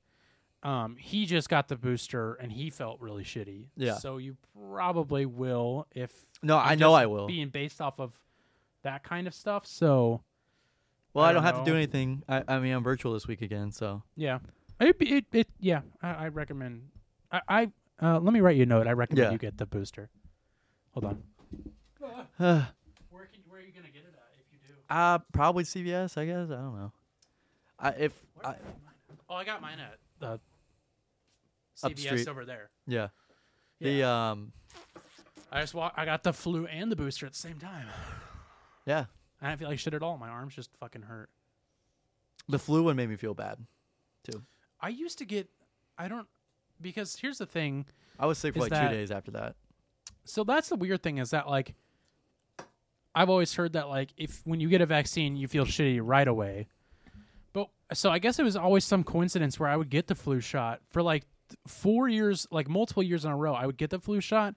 S3: Um, he just got the booster and he felt really shitty.
S4: Yeah.
S3: So you probably will if
S4: No, I
S3: I'm
S4: know
S3: just
S4: I will.
S3: being based off of that kind of stuff. So
S4: well, I,
S3: I
S4: don't
S3: don't
S4: have to do
S3: know.
S4: anything. I, I mean, I'm virtual this week again, so <sighs>
S3: yeah, it it, it yeah. I, I recommend. I, I uh, let me write you a note. I recommend
S4: Yeah.
S3: you get the booster. Hold on.
S4: uh,
S3: Where can where are you gonna get it at if you do?
S4: probably CVS. I guess I don't know. I if I,
S3: Oh, I got mine at the
S4: Up the
S3: CVS
S4: street.
S3: over there.
S4: yeah. The
S3: Yeah.
S4: um
S3: I just walk, I got the flu and the booster at the same time.
S4: yeah,
S3: I didn't feel like shit at all. My arms just fucking hurt.
S4: the flu one made me feel bad.
S3: I used to get I don't because here's the thing.
S4: I was sick for
S3: Is
S4: like
S3: that-
S4: two days after that.
S3: So that's the weird thing is that like I've always heard that like if when you get a vaccine you feel shitty right away. But so I guess it was always some coincidence where I would get the flu shot for like th- 4 years like multiple years in a row I would get the flu shot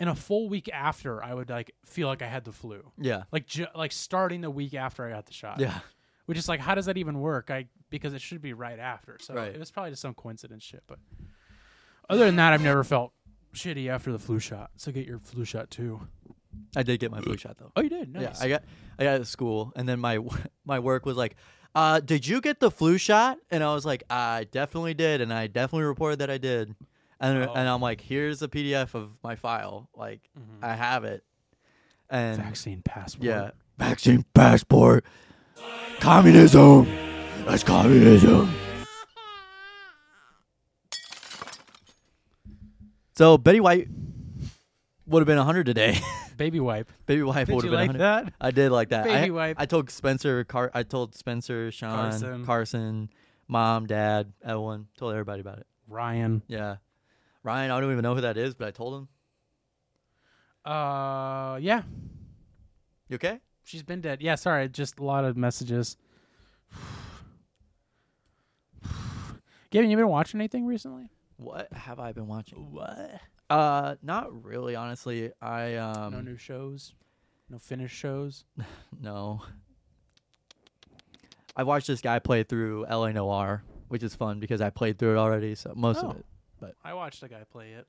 S3: and a full week after I would like feel like I had the flu.
S4: Yeah,
S3: like ju- like starting the week after I got the shot.
S4: yeah,
S3: Which is like, how does that even work? I because it should be right after. So
S4: Right.
S3: it was probably just some coincidence shit. But other than that, I've never felt shitty after the flu shot. So get your flu shot too.
S4: I did get my <clears throat> flu shot though.
S3: Oh, you did. Nice.
S4: Yeah, I got I got it at school, and then my <laughs> my work was like, uh, "Did you get the flu shot?" And I was like, "I definitely did, and I definitely reported that I did." And
S3: Oh.
S4: and I'm like, "Here's a PDF of my file. Like, I have it." And
S3: Mm-hmm. vaccine passport.
S4: yeah, vaccine passport, communism. That's communism. So Betty White would have been 100 today. <laughs>
S3: Baby wipe.
S4: Baby wife
S3: Did
S4: would
S3: you
S4: have been
S3: like
S4: 100.
S3: that?
S4: I did like that. I,
S3: Baby wipe.
S4: I told Spencer, Car- I told Spencer, Sean,
S3: Carson.
S4: Carson. mom, dad, everyone. Told everybody about it.
S3: Ryan.
S4: Yeah, Ryan, I don't even know who that is, but I told him.
S3: Uh, yeah.
S4: You okay?
S3: She's been dead. Yeah. Sorry. Just a lot of messages. <sighs> Gavin, you been watching anything recently?
S4: What have I been watching? What? Uh, not really, honestly. I um,
S3: no new shows. No finished shows.
S4: no. I watched this guy play through LA Noir, which is fun because I played through it already, so most
S3: Oh.
S4: of it.
S3: I watched the guy play it,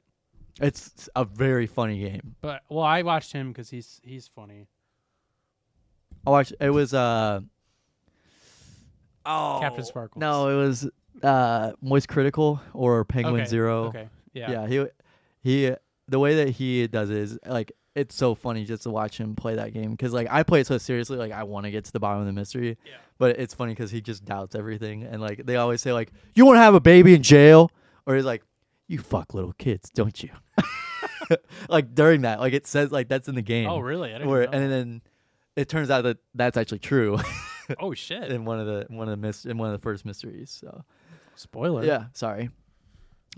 S4: It's a very funny game.
S3: but well, I watched him because he's he's funny.
S4: I watched. It was uh. Oh,
S3: Captain Sparkles.
S4: No, it was uh Moist Critical or Penguin
S3: okay.
S4: Zero.
S3: Okay. Yeah.
S4: Yeah. he he. The way that he does it is like it's so funny just to watch him play that game because like I play it so seriously. Like I want to get to the bottom of the mystery.
S3: Yeah.
S4: But it's funny because he just doubts everything and like they always say like you want to have a baby in jail or he's like you fuck little kids don't you <laughs> like during that like it says like that's in the game
S3: Oh really? I didn't
S4: where
S3: know
S4: and then it turns out that that's actually true <laughs>
S3: that. Oh shit!
S4: in one of the one of the mys- in one of the first mysteries. So
S3: Spoiler.
S4: yeah, sorry.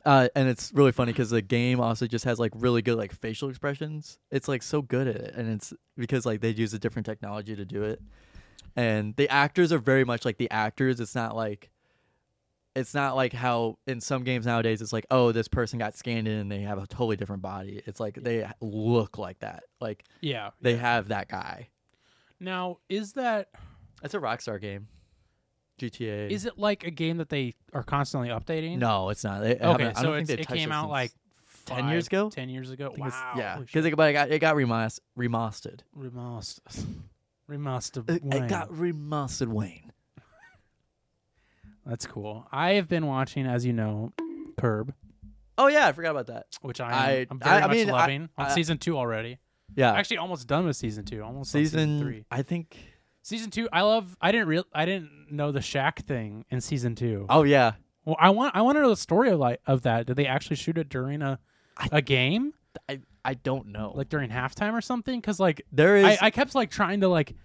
S4: Uh, and it's really funny because the game also just has like really good like facial expressions. It's like so good at it, and it's because like they use a different technology to do it, and the actors are very much like the actors. It's not like, it's not like how in some games nowadays it's like oh this person got scanned in and they have a totally different body. It's like they look like that, like
S3: Yeah.
S4: they have that guy.
S3: Now, is that
S4: It's a Rockstar game, GTA.
S3: is it like a game that they are constantly updating?
S4: No, it's not. They, okay,
S3: Okay,
S4: I
S3: so
S4: don't think
S3: it's,
S4: they've
S3: it
S4: touched
S3: came out
S4: since-
S3: like
S4: 10 years
S3: five-
S4: ago?
S3: Ten years ago.
S4: I think it's-
S3: Wow.
S4: yeah,
S3: holy
S4: because
S3: shit.
S4: it, but it got it got remas- remastered.
S3: remastered, remastered.
S4: It,
S3: Wayne.
S4: it got remastered, Wayne.
S3: That's cool. I have been watching, as you know, Curb,
S4: Oh yeah, I forgot about that.
S3: which I am,
S4: I-
S3: I'm very
S4: I- I
S3: much
S4: mean, I-
S3: loving. on
S4: I-
S3: season two already.
S4: Yeah,
S3: Actually, almost done with season two. Almost on
S4: season,
S3: season three.
S4: I think.
S3: Season two. I love. I didn't real. I didn't know the Shack thing in season two.
S4: Oh yeah,
S3: Well, I want. I want to know the story of like of that. Did they actually shoot it during a
S4: I-
S3: a game,
S4: I I don't know.
S3: like during halftime or something? Because like
S4: there is
S3: I, I kept like trying to like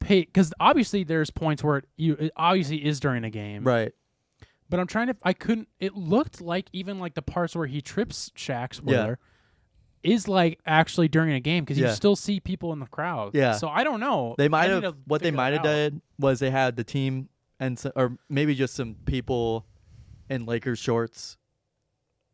S3: pay because obviously there's points where it, you it obviously is during a game,
S4: right.
S3: but I'm trying to I couldn't. It looked like even like the parts where he trips Shaq's
S4: Yeah.
S3: Willer is like actually during a game because you
S4: Yeah.
S3: still see people in the crowd.
S4: Yeah.
S3: so I don't know.
S4: They might
S3: I need
S4: have
S3: to
S4: what they
S3: figure
S4: might
S3: that
S4: have
S3: out.
S4: done was they had the team and so, or maybe just some people in Lakers shorts,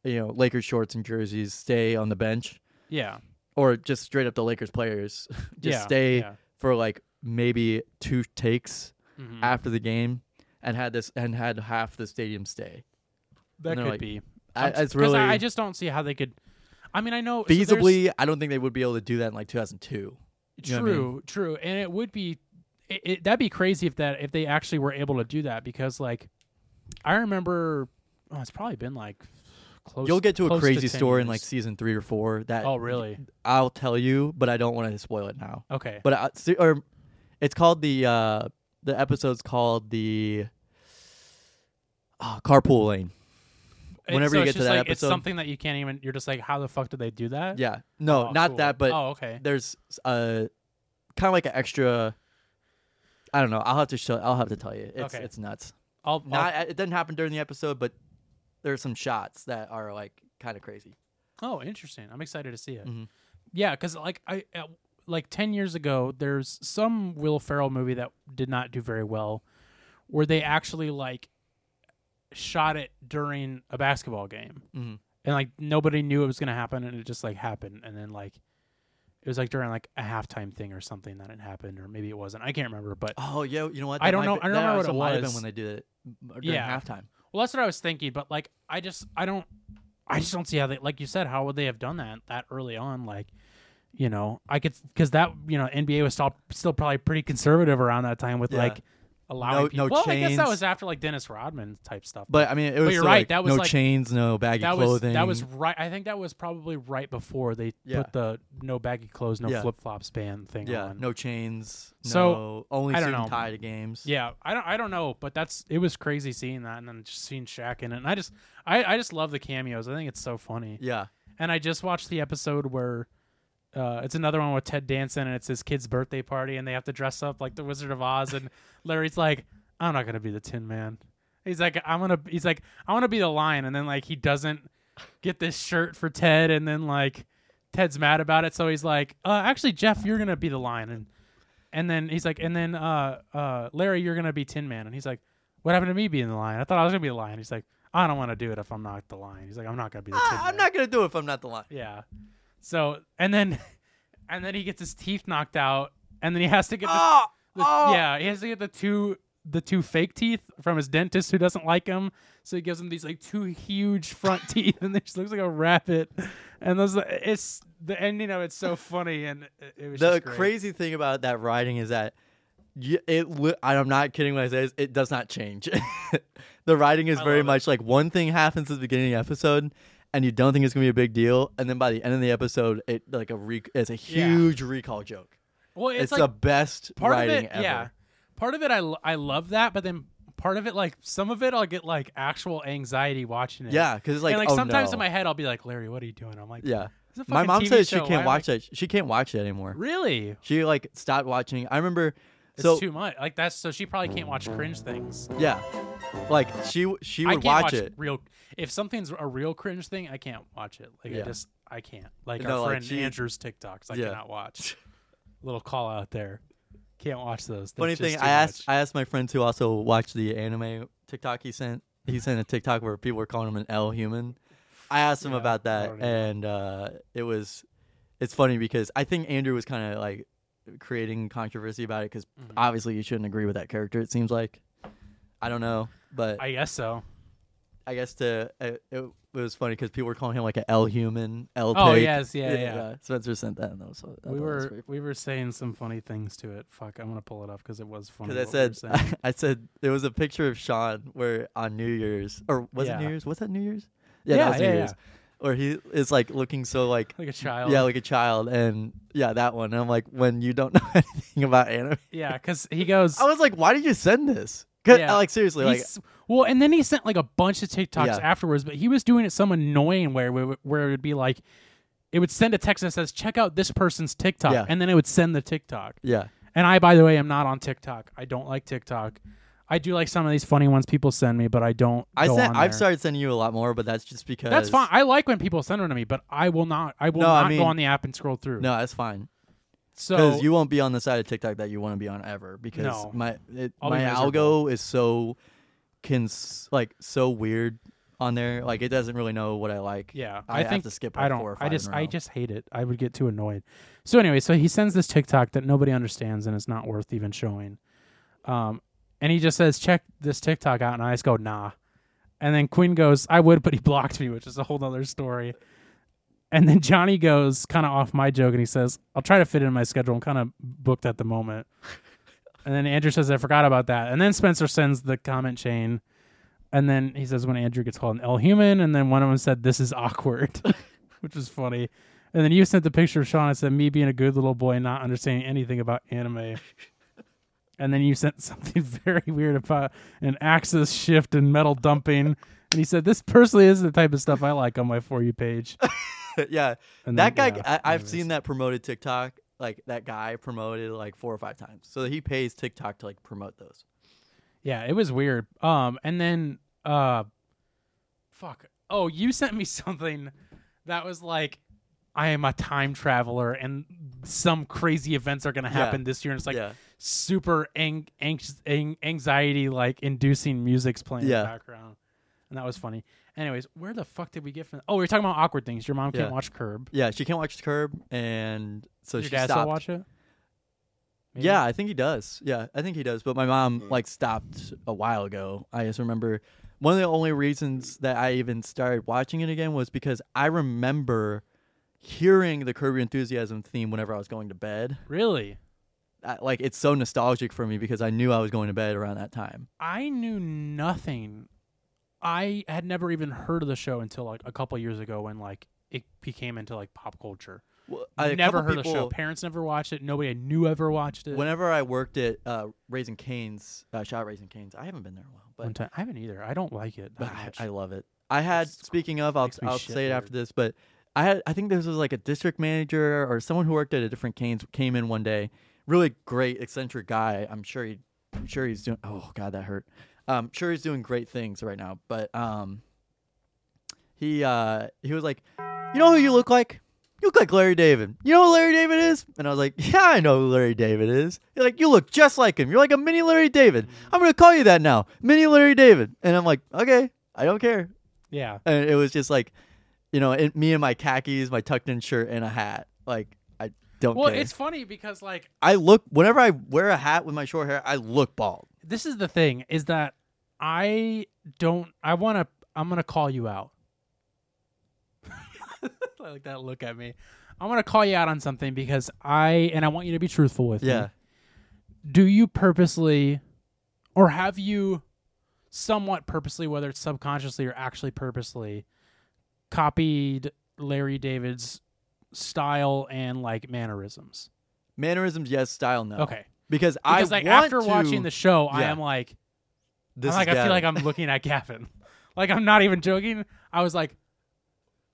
S4: you know, Lakers shorts and jerseys stay on the bench
S3: Yeah,
S4: or just straight up the Lakers players <laughs> just
S3: Yeah,
S4: stay
S3: yeah.
S4: for like maybe two takes
S3: Mhm.
S4: after the game and had this and had half the stadium stay.
S3: that
S4: and they're
S3: could
S4: like,
S3: be.
S4: I,
S3: I'm-
S4: it's
S3: 'cause
S4: really
S3: I, I just don't see how they could. I mean, I know so there's-
S4: feasibly. I don't think they would be able to do that in like 2002. You
S3: True,
S4: know what I mean?
S3: true, and it would be it, it, that'd be crazy if that if they actually were able to do that because like I remember oh, it's probably been like close.
S4: You'll get to a
S3: close 10
S4: crazy story in
S3: years.
S4: like season three or four. That
S3: oh really
S4: I'll tell you, but I don't want to spoil it now.
S3: okay
S4: But I, se- or it's called the uh the episode's called the uh, carpool lane.
S3: And
S4: whenever
S3: so
S4: you
S3: it's
S4: get to
S3: just,
S4: that
S3: like, it's
S4: episode-
S3: something that you can't even you're just like how the fuck did they do that
S4: Yeah, no,
S3: Oh,
S4: not
S3: cool.
S4: that, but
S3: oh okay
S4: there's uh kind of like an extra. I don't know. I'll have to show. I'll have to tell you. It's
S3: Okay.
S4: it's nuts.
S3: I'll, I'll-
S4: Not it doesn't happen during the episode, but there's some shots that are like kind of crazy.
S3: oh interesting I'm excited to see it
S4: Mhm.
S3: yeah because like I uh, like ten years ago there's some Will Ferrell movie that did not do very well where they actually like shot it during a basketball game
S4: Mm-hmm.
S3: and like nobody knew it was gonna happen, and it just like happened, and then like it was like during like a halftime thing or something that it happened, or maybe it wasn't. I can't remember, but
S4: Oh yeah, you know what?
S3: I don't
S4: might
S3: know-
S4: Be,
S3: I don't
S4: that
S3: remember what it
S4: also might have
S3: was.
S4: been when they did it m- during
S3: Yeah.
S4: halftime.
S3: well, that's what I was thinking. But like, I just I don't I just don't see how they like you said how would they have done that that early on? Like, you know, I could because that you know NBA was still still probably pretty conservative around that time with
S4: Yeah.
S3: like allowing
S4: No-
S3: people.
S4: no
S3: well, I guess that
S4: chains.
S3: was after like Dennis Rodman type stuff.
S4: But I mean, it was.
S3: you're
S4: still,
S3: right,
S4: like,
S3: that was,
S4: no
S3: like-
S4: chains, no baggy
S3: that was
S4: clothing.
S3: that was right. I think that was probably right before they
S4: Yeah.
S3: put the no baggy clothes, no
S4: Yeah.
S3: flip flops ban thing
S4: yeah,
S3: on.
S4: no chains.
S3: So,
S4: no, only
S3: I don't
S4: suit and
S3: know.
S4: tie to games.
S3: Yeah, I don't I don't know, but that's it was crazy seeing that and then just seeing Shaq in it. And I just I, I just love the cameos. I think it's so funny.
S4: yeah,
S3: And I just watched the episode where uh, it's another one with Ted Danson and it's his kid's birthday party and they have to dress up like the Wizard of Oz
S4: <laughs>
S3: and Larry's like, I'm not gonna be the Tin Man. He's like, I'm gonna he's like, I wanna be the lion and then like he doesn't get this shirt for Ted and then like Ted's mad about it, so he's like, uh, actually Jeff, you're gonna be the lion and and then he's like, and then uh, uh, Larry, you're gonna be Tin Man. And he's like, what happened to me being the lion? I thought I was gonna be the lion. He's like, I don't want to do it if I'm not the lion. He's like, I'm not gonna be the. Tin
S4: Ah,
S3: Man."
S4: I'm not gonna do it if I'm not the line.
S3: Yeah. So and then, <laughs> and then he gets his teeth knocked out, and then he has to get the,
S4: Oh,
S3: the-
S4: oh.
S3: yeah he has to get the two the two fake teeth from his dentist who doesn't like him. So he gives him these like two huge front <laughs> teeth, and it just looks like a rabbit. And those it's the ending of it's so funny, and it, it was
S4: The
S3: just great.
S4: crazy thing about that writing is that y- it. Li- I'm not kidding when I say this, it does not change. <laughs> the writing is very much like one thing happens at the beginning of the episode, and you don't think it's gonna be a big deal, and then by the end of the episode, it like a re- it's a huge recall joke.
S3: Well, it's,
S4: It's,
S3: like
S4: the best
S3: part of
S4: writing
S3: it,
S4: ever.
S3: yeah. Part of it, I, lo- I love that, but then part of it, like some of it, I'll get like actual anxiety watching it.
S4: Yeah, because it's like,
S3: and like
S4: oh,
S3: sometimes
S4: no.
S3: in my head, I'll be like, Larry, what are you doing? I'm like,
S4: yeah.
S3: "It's a fucking
S4: My mom
S3: TV
S4: says
S3: show.
S4: she
S3: Why
S4: can't
S3: am
S4: watch that. She can't watch it anymore.
S3: I-" Really?
S4: She like stopped watching. I remember.
S3: It's
S4: so
S3: too much. Like that's so she probably can't watch cringe things.
S4: yeah, Like she she
S3: I
S4: would
S3: can't
S4: watch,
S3: watch,
S4: it.
S3: real. If something's a real cringe thing, I can't watch it. Like
S4: Yeah.
S3: I just I can't. Like
S4: No,
S3: our
S4: like,
S3: friend
S4: she-
S3: Andrew's TikToks, I
S4: Yeah.
S3: cannot
S4: <laughs>
S3: watch. Little call out there. Can't watch those. They're
S4: Funny
S3: just
S4: thing,
S3: too
S4: I asked
S3: much.
S4: I asked my friends who also watched the anime TikTok he sent. He sent a TikTok where people were calling him an L human. I asked him
S3: Yeah,
S4: about
S3: I
S4: that,
S3: don't even-
S4: and uh, it was it's funny because I think Andrew was kind of like creating controversy about it because
S3: Mhm.
S4: obviously you shouldn't agree with that character. It seems like I don't know, but
S3: I guess so.
S4: I guess to uh, it, it was funny because people were calling him like an L human, L.
S3: Oh
S4: pig.
S3: yes, yeah, yeah.
S4: Spencer sent that, and that was,
S3: We were we were saying some funny things to it. Fuck, I'm gonna pull it up because it was funny.
S4: because I
S3: what we were
S4: said <laughs>
S3: saying.
S4: I said there was a picture of Sean where on New Year's or was
S3: Yeah.
S4: it New Year's? Was that New Year's? Yeah,
S3: Yeah,
S4: that was New
S3: yeah,
S4: Year's. Where he is like looking so <laughs> like
S3: like a child.
S4: yeah like a child, and yeah that one. And I'm like when you don't <laughs> know anything about anime,
S3: yeah, because he goes.
S4: I was like, why did you send this? 'Cause-
S3: Yeah.
S4: Like seriously, like
S3: He's- well, and then he sent like a bunch of TikToks
S4: Yeah.
S3: afterwards, but he was doing it some annoying way where, where it would be like, it would send a text that says, check out this person's TikTok.
S4: Yeah.
S3: And then it would send the TikTok.
S4: yeah
S3: And I, by the way, am not on TikTok. I don't like TikTok. I do like some of these funny ones people send me, but I don't.
S4: I
S3: go
S4: sent
S3: on
S4: I've
S3: there.
S4: started sending you a lot more, but that's just because
S3: That's fine. I like when people send them to me, but I will not. I will
S4: No, I
S3: not
S4: mean-
S3: go on the app and scroll through.
S4: No, that's fine.
S3: so
S4: Because you won't be on the side of TikTok that you want to be on ever. Because
S3: No.
S4: my it,
S3: I'll be
S4: my
S3: miserable.
S4: algo is so can like so weird on there. Like it doesn't really know what I like.
S3: Yeah,
S4: I,
S3: I,
S4: have
S3: think
S4: to skip. Like
S3: I don't.
S4: Four or
S3: I
S4: five
S3: just
S4: in a
S3: I
S4: row.
S3: just hate it. I would get too annoyed. So anyway, so he sends this TikTok that nobody understands and it's not worth even showing. Um, and he just says, "Check this TikTok out," and I just go, "Nah." And then Quinn goes, "I would, but he <laughs> blocked me," which is a whole other story. And then Johnny goes kind of off my joke and he says, "I'll try to fit it in my schedule. I'm kind of booked at the moment." and then Andrew says, "I forgot about that." And then Spencer sends the comment chain. And then he says when Andrew gets called an L human, and then one of them said, "This is awkward," <laughs> which was funny. And then you sent the picture of Sean and said, "Me being a good little boy, and not understanding anything about
S4: <laughs>
S3: anime." and then you sent something <laughs> very weird about an axis shift and metal dumping, and he said, "This personally is the type of stuff I like on my for you
S4: <laughs>
S3: page."
S4: <laughs> yeah.
S3: And
S4: that
S3: then-
S4: guy,
S3: Mm-hmm. yeah,
S4: I, I've
S3: anyways.
S4: seen that promoted TikTok. Like that guy promoted like four or five times. So he pays TikTok to like promote those.
S3: Yeah, it was weird. Um, and then uh, fuck. Oh, you <laughs> sent me something that was like, I am a time traveler, and some crazy events are gonna happen this year, and it's like
S4: yeah.
S3: super ang- anx- ang- anxiety like inducing music's playing in
S4: Yeah.
S3: the background, and that was funny. Anyways, where the fuck did we get from? Oh, we were talking about awkward things. Your mom
S4: Yeah.
S3: can't watch Curb.
S4: Yeah. She can't watch Curb, and so
S3: Your
S4: she
S3: dad
S4: stopped.
S3: still watch it? Maybe?
S4: Yeah, I think he does. Yeah, I think he does. But my mom like stopped a while ago. I just remember one of the only reasons that I even started watching it again was because I remember hearing the Curb Your Enthusiasm theme whenever I was going to bed.
S3: Really?
S4: I, like it's so nostalgic for me because I knew I was going to bed around that time.
S3: I knew nothing. I had never even heard of the show until like a couple years ago when like it became into like pop culture.
S4: Well, I
S3: I
S4: a
S3: never
S4: couple
S3: heard of the show.
S4: people-
S3: Parents never watched it. Nobody I knew ever watched it.
S4: Whenever I worked at uh, Raising Canes, uh, shot Raising Canes. I haven't been there in a while, but
S3: One time- I haven't either. I don't like it.
S4: but
S3: that
S4: I,
S3: much.
S4: I love it. I had
S3: It's-
S4: speaking of, I'll,
S3: makes me
S4: I'll
S3: shit
S4: say it after
S3: weird.
S4: this, but I had I think this was like a district manager or someone who worked at a different Canes came in one day. Really great eccentric guy. I'm sure he, I'm sure he's doing. Oh god, that hurt. Um, sure he's doing great things right now, but um, he uh he was like, you know who you look like. You look like Larry David. You know who Larry David is? And I was like, Yeah, I know who Larry David is. He's like, You look just like him. You're like a mini Larry David. I'm gonna call you that now. Mini Larry David. And I'm like, Okay, I don't care.
S3: yeah.
S4: And it was just like, you know, it, me and my khakis, my tucked in shirt, and a hat. Like, I don't
S3: Well,
S4: care.
S3: it's funny because like
S4: I look, whenever I wear a hat with my short hair, I look bald.
S3: this is the thing is that I don't. I want to. I'm gonna call you out. <laughs> I like that look at me. I'm gonna call you out on something because I and I want you to be truthful with me.
S4: Yeah.
S3: do you purposely or have you somewhat purposely whether it's subconsciously or actually purposely copied larry david's style and like mannerisms
S4: Mannerisms, yes. Style, no.
S3: okay
S4: Because,
S3: because
S4: I
S3: like
S4: want
S3: after
S4: to-
S3: watching the show i
S4: yeah.
S3: am like
S4: This
S3: I'm like
S4: is
S3: i feel like
S4: Gavin.
S3: i'm looking at gavin <laughs> like i'm not even joking i was like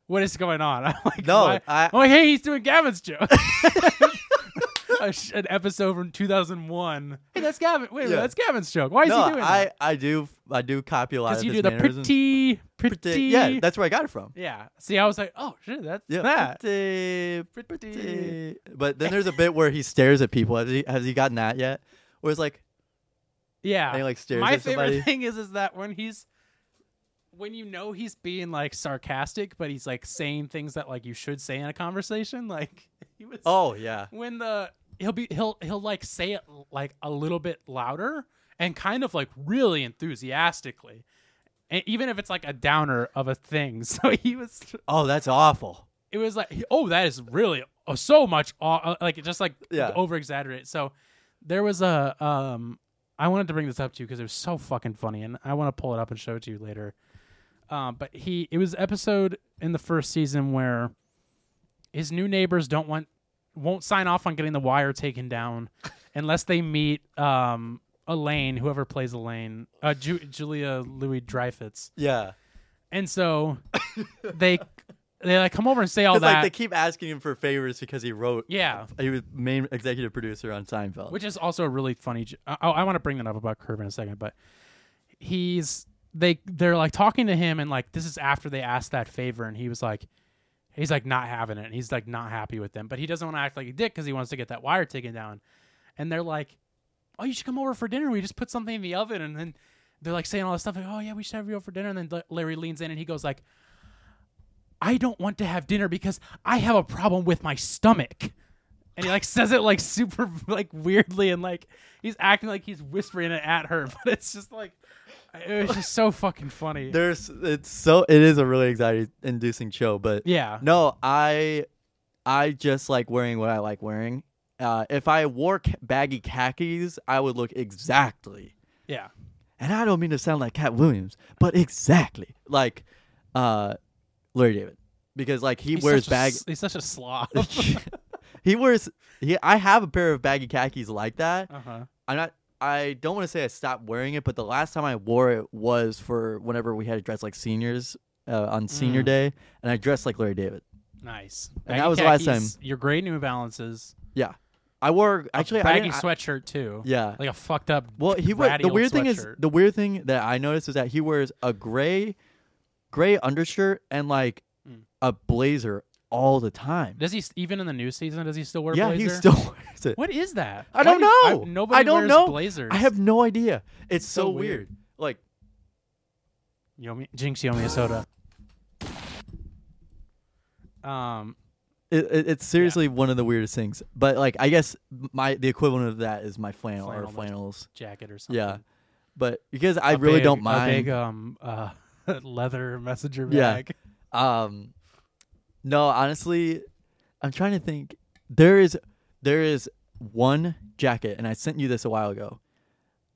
S3: what is going on <laughs> i'm like
S4: No,
S3: why-
S4: I, <laughs>
S3: i'm like hey he's doing gavin's joke a sh- an episode from 2001. Hey, that's Gavin. Wait, a minute,
S4: Yeah.
S3: that's Gavin's joke. Why is
S4: no,
S3: he doing
S4: I
S3: that?
S4: I do I do copy a lot of
S3: Because you do
S4: his
S3: the
S4: mannerisms.
S3: pretty, pretty,
S4: Pretty- Yeah, that's where I got it from.
S3: yeah. See, I was like, oh shit, that's
S4: Yeah,
S3: that.
S4: pretty,
S3: Pretty. <laughs>
S4: pretty. But then there's a bit where he stares at people. Has he, has he gotten that yet? Where it's like,
S3: Yeah.
S4: and he like stares
S3: My
S4: at
S3: favorite
S4: somebody.
S3: thing is is that when he's when you know he's being like sarcastic, but he's like saying things that like you should say in a conversation. Like <laughs> he was
S4: Oh yeah,
S3: when the he'll be he'll he'll like say it like a little bit louder and kind of like really enthusiastically. And even if it's like a downer of a thing. <laughs> So he was
S4: oh that's awful.
S3: it was like oh that is really oh, so much aw- uh, like it just like
S4: Yeah.
S3: over exaggerate so there was a um i wanted to bring this up to you because it was so fucking funny and i want to pull it up and show it to you later um but he it was episode in the first season where his new neighbors don't want won't sign off on getting the wire taken
S4: <laughs>
S3: down unless they meet um elaine whoever plays elaine uh Ju- julia louis dreyfus
S4: Yeah,
S3: and
S4: <laughs>
S3: so they they like come over and say all
S4: because
S3: that
S4: like they keep asking him for favors because he wrote.
S3: yeah,
S4: He was main executive producer on Seinfeld.
S3: which is also a really funny. j- I, I want to bring that up about Curb in a second, but he's they they're like talking to him and like this is after they asked that favor and he was like he's like not having it and he's like not happy with them, but he doesn't want to act like a dick because he wants to get that wire taken down, and they're like, oh, you should come over for dinner. We just put something in the oven and then. They're like saying all this stuff, like, "Oh yeah, we should have you over for dinner." And then La- Larry leans in and he goes like, "I don't want to have dinner because I have a problem with my stomach." and he like says it like super <laughs> like weirdly and like he's acting like he's whispering it at her <laughs> but it's just like it was just so fucking funny
S4: there's it's so it is a really anxiety inducing show, but
S3: yeah
S4: No, I I just like wearing what I like wearing. Uh, if I wore ca- baggy khakis, I would look exactly.
S3: yeah
S4: And I don't mean to sound like Cat Williams, but exactly like uh, Larry David, because like he
S3: He's
S4: wears
S3: such a
S4: bag.
S3: s- he's such a
S4: <laughs>
S3: slob
S4: he wears. He, I have a pair of baggy khakis like that.
S3: uh-huh
S4: I'm not. I don't want to say I stopped wearing it, but the last time I wore it was for whenever we had to dress like seniors uh, on
S3: Mm.
S4: senior day, and I dressed like Larry David.
S3: nice
S4: And
S3: Baggy
S4: that was the last
S3: khakis, your gray new balances
S4: Yeah, I wore actually
S3: a
S4: I
S3: baggy
S4: didn't- I-
S3: sweatshirt too
S4: Yeah.
S3: like a fucked up
S4: Well, he wear,
S3: ratty
S4: the
S3: old
S4: weird thing is
S3: sweatshirt.
S4: the weird thing that I noticed is that he wears a gray, gray undershirt and like
S3: Mm.
S4: a blazer all the time.
S3: does he s- even in the new season does he still wear
S4: Yeah,
S3: blazer
S4: he still <laughs> wears it.
S3: what is that
S4: I don't
S3: Why
S4: know.
S3: do- I- nobody
S4: I don't
S3: wears
S4: know.
S3: blazers
S4: I have no idea. It's so,
S3: so
S4: weird.
S3: weird.
S4: Like
S3: you owe me, jinx you owe me a soda um
S4: it, it- it's seriously one of the weirdest things. But like I guess my the equivalent of that is my flannel,
S3: Flannel,
S4: or
S3: like-
S4: flannels.
S3: jacket or something
S4: Yeah, but because I
S3: A
S4: really
S3: big-
S4: don't
S3: A big
S4: mind.
S3: um uh <laughs> leather messenger
S4: Yeah.
S3: bag.
S4: Um, no, honestly, I'm trying to think. There is there is one jacket, and I sent you this a while ago.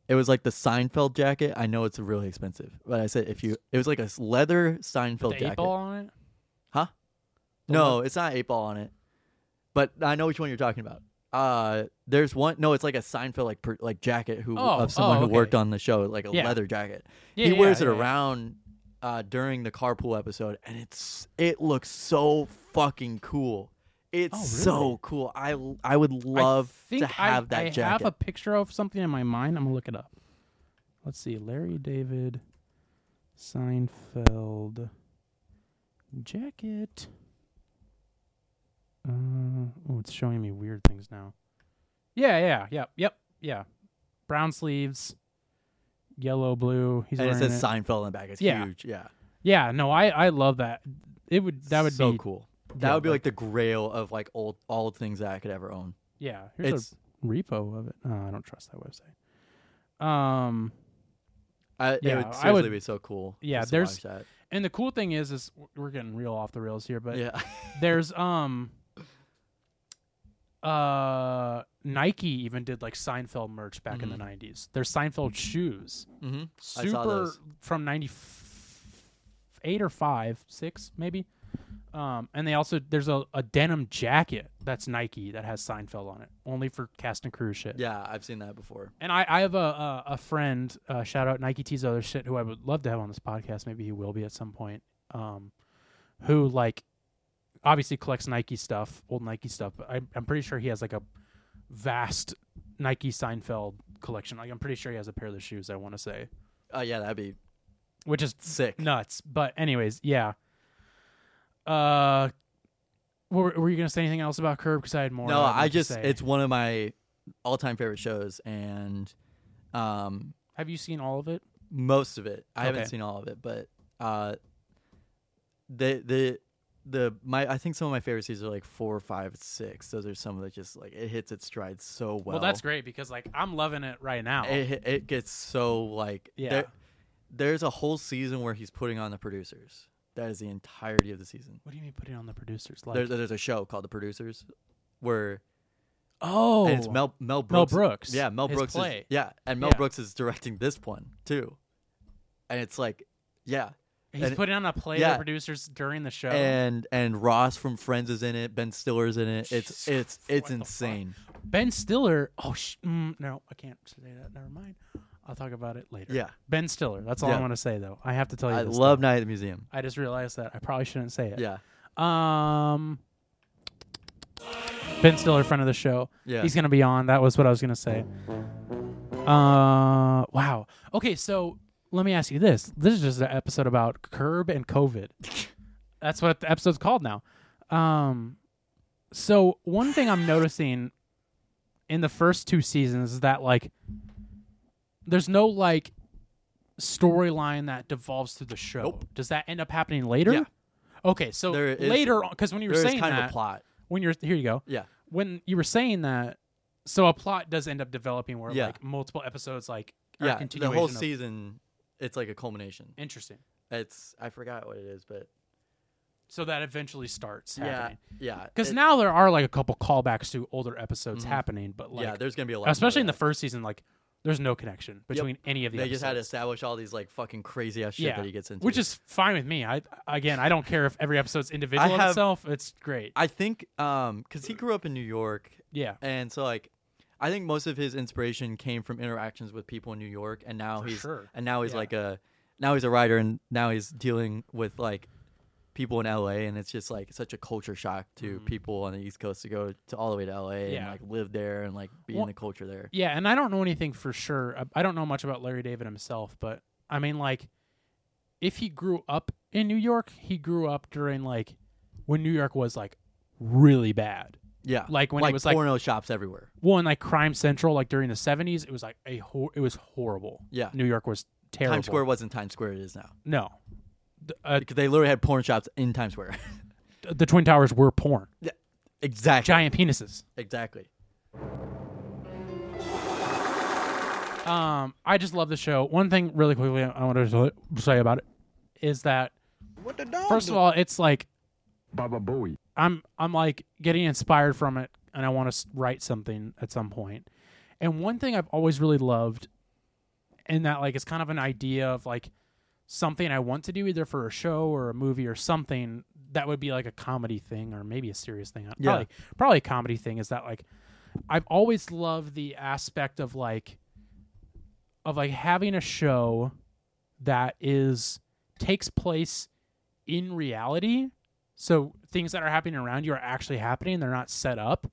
S4: It was like the Seinfeld jacket. I know it's really expensive, but I said if you, it was like a s- leather
S3: With
S4: Seinfeld
S3: the eight
S4: jacket.
S3: ball on it.
S4: No, it's not eight ball on it, but I know which one you're talking about. Uh, there's one. No, it's like a Seinfeld like per, like jacket who
S3: Oh,
S4: of someone
S3: oh,
S4: who worked
S3: okay.
S4: on the show, like a
S3: Yeah.
S4: leather jacket.
S3: Yeah,
S4: he
S3: yeah,
S4: wears it
S3: yeah, yeah.
S4: around uh, during the carpool episode, and it's it looks so fucking cool. It's so cool. I I would love
S3: Oh, I think
S4: to have
S3: I,
S4: that
S3: I have
S4: jacket.
S3: a picture of something in my mind. I'm gonna look it up. Let's see, Larry David Seinfeld jacket. Uh, oh, it's showing me weird things now. Yeah, yeah, yep, yep, yeah. Brown sleeves, yellow, blue. He's
S4: and it
S3: wearing
S4: says Seinfeld on the back. It's
S3: Yeah.
S4: huge. Yeah,
S3: Yeah, no, I I love that. It would that would
S4: so
S3: be
S4: cool. That
S3: yeah,
S4: would be
S3: like-
S4: like the grail of like old all things that I could ever own.
S3: Yeah, here's
S4: It's-
S3: a repo of it. No, I don't trust that website. Um,
S4: I,
S3: Yeah,
S4: it would
S3: I
S4: seriously
S3: would-
S4: be so cool.
S3: yeah,
S4: just to
S3: there's-
S4: watch that.
S3: and the cool thing is, is we're getting real off the rails here, but
S4: yeah. <laughs>
S3: there's um, uh, Nike even did like Seinfeld merch back in the '90s. There's Seinfeld shoes,
S4: mm-hmm. I saw
S3: super
S4: those.
S3: from '98 or five, six maybe. Um, and they also there's a, a denim jacket that's Nike that has Seinfeld on it, only for cast and crew shit.
S4: Yeah, I've seen that before.
S3: And I, I have a a, a friend, uh, shout out Nike T's other shit, who I would love to have on this podcast. Maybe he will be at some point. Um, who like obviously collects Nike stuff, old Nike stuff. But I, I'm pretty sure he has like a vast Nike Seinfeld collection. Like I'm pretty sure he has a pair of the shoes. I want to say,
S4: Oh yeah, that'd be
S3: which is
S4: sick.
S3: nuts. But anyways, yeah. Uh, were, were you gonna say anything else about Curb? Because I had more.
S4: No,
S3: I'd
S4: I
S3: like to
S4: just
S3: say.
S4: it's one of my all-time favorite shows, and um,
S3: Have you seen all of it?
S4: most of it. I haven't
S3: Okay.
S4: seen all of it, but uh, the the the my I think some of my favorite seasons are like four, five, six. Those are some that just like it hits its stride so well.
S3: Well, that's great because like I'm loving it right now.
S4: It hit- it gets so like
S3: Yeah.
S4: there's a whole season where he's putting on the producers. That is the entirety of the season.
S3: what do you mean putting on the producers? Like
S4: There's there's a show called The Producers, where
S3: oh,
S4: and it's Mel Mel Brooks.
S3: Mel Brooks,
S4: Yeah, Mel
S3: his
S4: Brooks. Is,
S3: play.
S4: yeah, and Mel
S3: Yeah.
S4: Brooks is directing this one too, and it's like, yeah,
S3: he's
S4: and-
S3: putting on a play.
S4: yeah.
S3: The producers during the show.
S4: and and Ross from Friends is in it. Ben Stiller's in it. It's
S3: Jesus,
S4: it's
S3: what
S4: it's
S3: the
S4: insane.
S3: Ben Stiller. Oh, sh- mm, no, I can't say that. Never mind. I'll talk about it later.
S4: Yeah.
S3: Ben Stiller. That's all I
S4: Yeah.
S3: want to say though. I have to tell you.
S4: I
S3: this,
S4: love
S3: though.
S4: Night at the Museum.
S3: I just realized that I probably shouldn't say it.
S4: Yeah,
S3: Um, Ben Stiller, friend of the show.
S4: yeah.
S3: He's gonna be on. That was what I was gonna say. Uh, wow. Okay, so let me ask you this. This is just an episode about curb and
S4: <laughs>
S3: COVID. That's what the episode's called now. Um, so one thing I'm noticing in the first two seasons is that like, there's no like storyline that devolves through the show.
S4: Nope.
S3: Does that end up happening later?
S4: Yeah.
S3: Okay, so
S4: There is-
S3: later on, because when you were
S4: There is
S3: saying
S4: kind
S3: that,
S4: of a plot.
S3: when you're here you go
S4: Yeah.
S3: when you were saying that so a plot does end up developing where
S4: Yeah.
S3: like multiple episodes like are
S4: Yeah, the
S3: continuation
S4: whole
S3: of-
S4: season. It's like a culmination.
S3: interesting
S4: It's I forgot what it is, but
S3: so that eventually starts
S4: yeah,
S3: happening
S4: yeah.
S3: because
S4: it-
S3: now there are like a couple callbacks to older episodes
S4: Mhm.
S3: happening but like
S4: yeah, there's gonna be a lot. more of
S3: especially in the
S4: that.
S3: first season like there's no connection between any of the
S4: they just had to
S3: episodes.
S4: establish all these like fucking crazy ass shit
S3: Yeah,
S4: that he gets into,
S3: which is fine with me i again i don't care if every episode's individual of
S4: have-
S3: itself it's great
S4: I think um cuz he grew up in New York
S3: yeah
S4: and so like I think most of his inspiration came from interactions with people in New York and now
S3: For
S4: he's
S3: sure.
S4: and now he's
S3: Yeah.
S4: like a now he's a writer and now he's dealing with like people in LA and it's just like such a culture shock to people on the East Coast to go to all the way to LA and
S3: Mm-hmm. Yeah.
S4: like live there and like be
S3: Well-
S4: in the culture there.
S3: Yeah, and I don't know anything for sure. I- I don't know much about Larry David himself, but I mean, like, if he grew up in New York, he grew up during like when New York was like really bad.
S4: Yeah.
S3: Like when
S4: like
S3: it was like
S4: porno shops everywhere.
S3: well, in like Crime Central, like during the seventies, it was like a hor- it was horrible.
S4: Yeah.
S3: New York was terrible.
S4: Times Square wasn't Times Square it is now.
S3: No, the, uh,
S4: Because they literally had porn shops in Times Square.
S3: the Twin Towers were porn.
S4: exactly.
S3: Giant penises.
S4: Exactly.
S3: Um, I just love the show. One thing, really quickly, I want to say about it is that first of all, it's like
S5: Baba Booey.
S3: I'm I'm like getting inspired from it, and I want to write something at some point. And one thing I've always really loved, and that like it's kind of an idea of like something I want to do either for a show or a movie or something that would be like a comedy thing or maybe a serious thing. Uh,
S4: Yeah.
S3: Probably, probably a comedy thing is that like I've always loved the aspect of like of like having a show that is takes place in reality. So things that are happening around you are actually happening, they're not set up.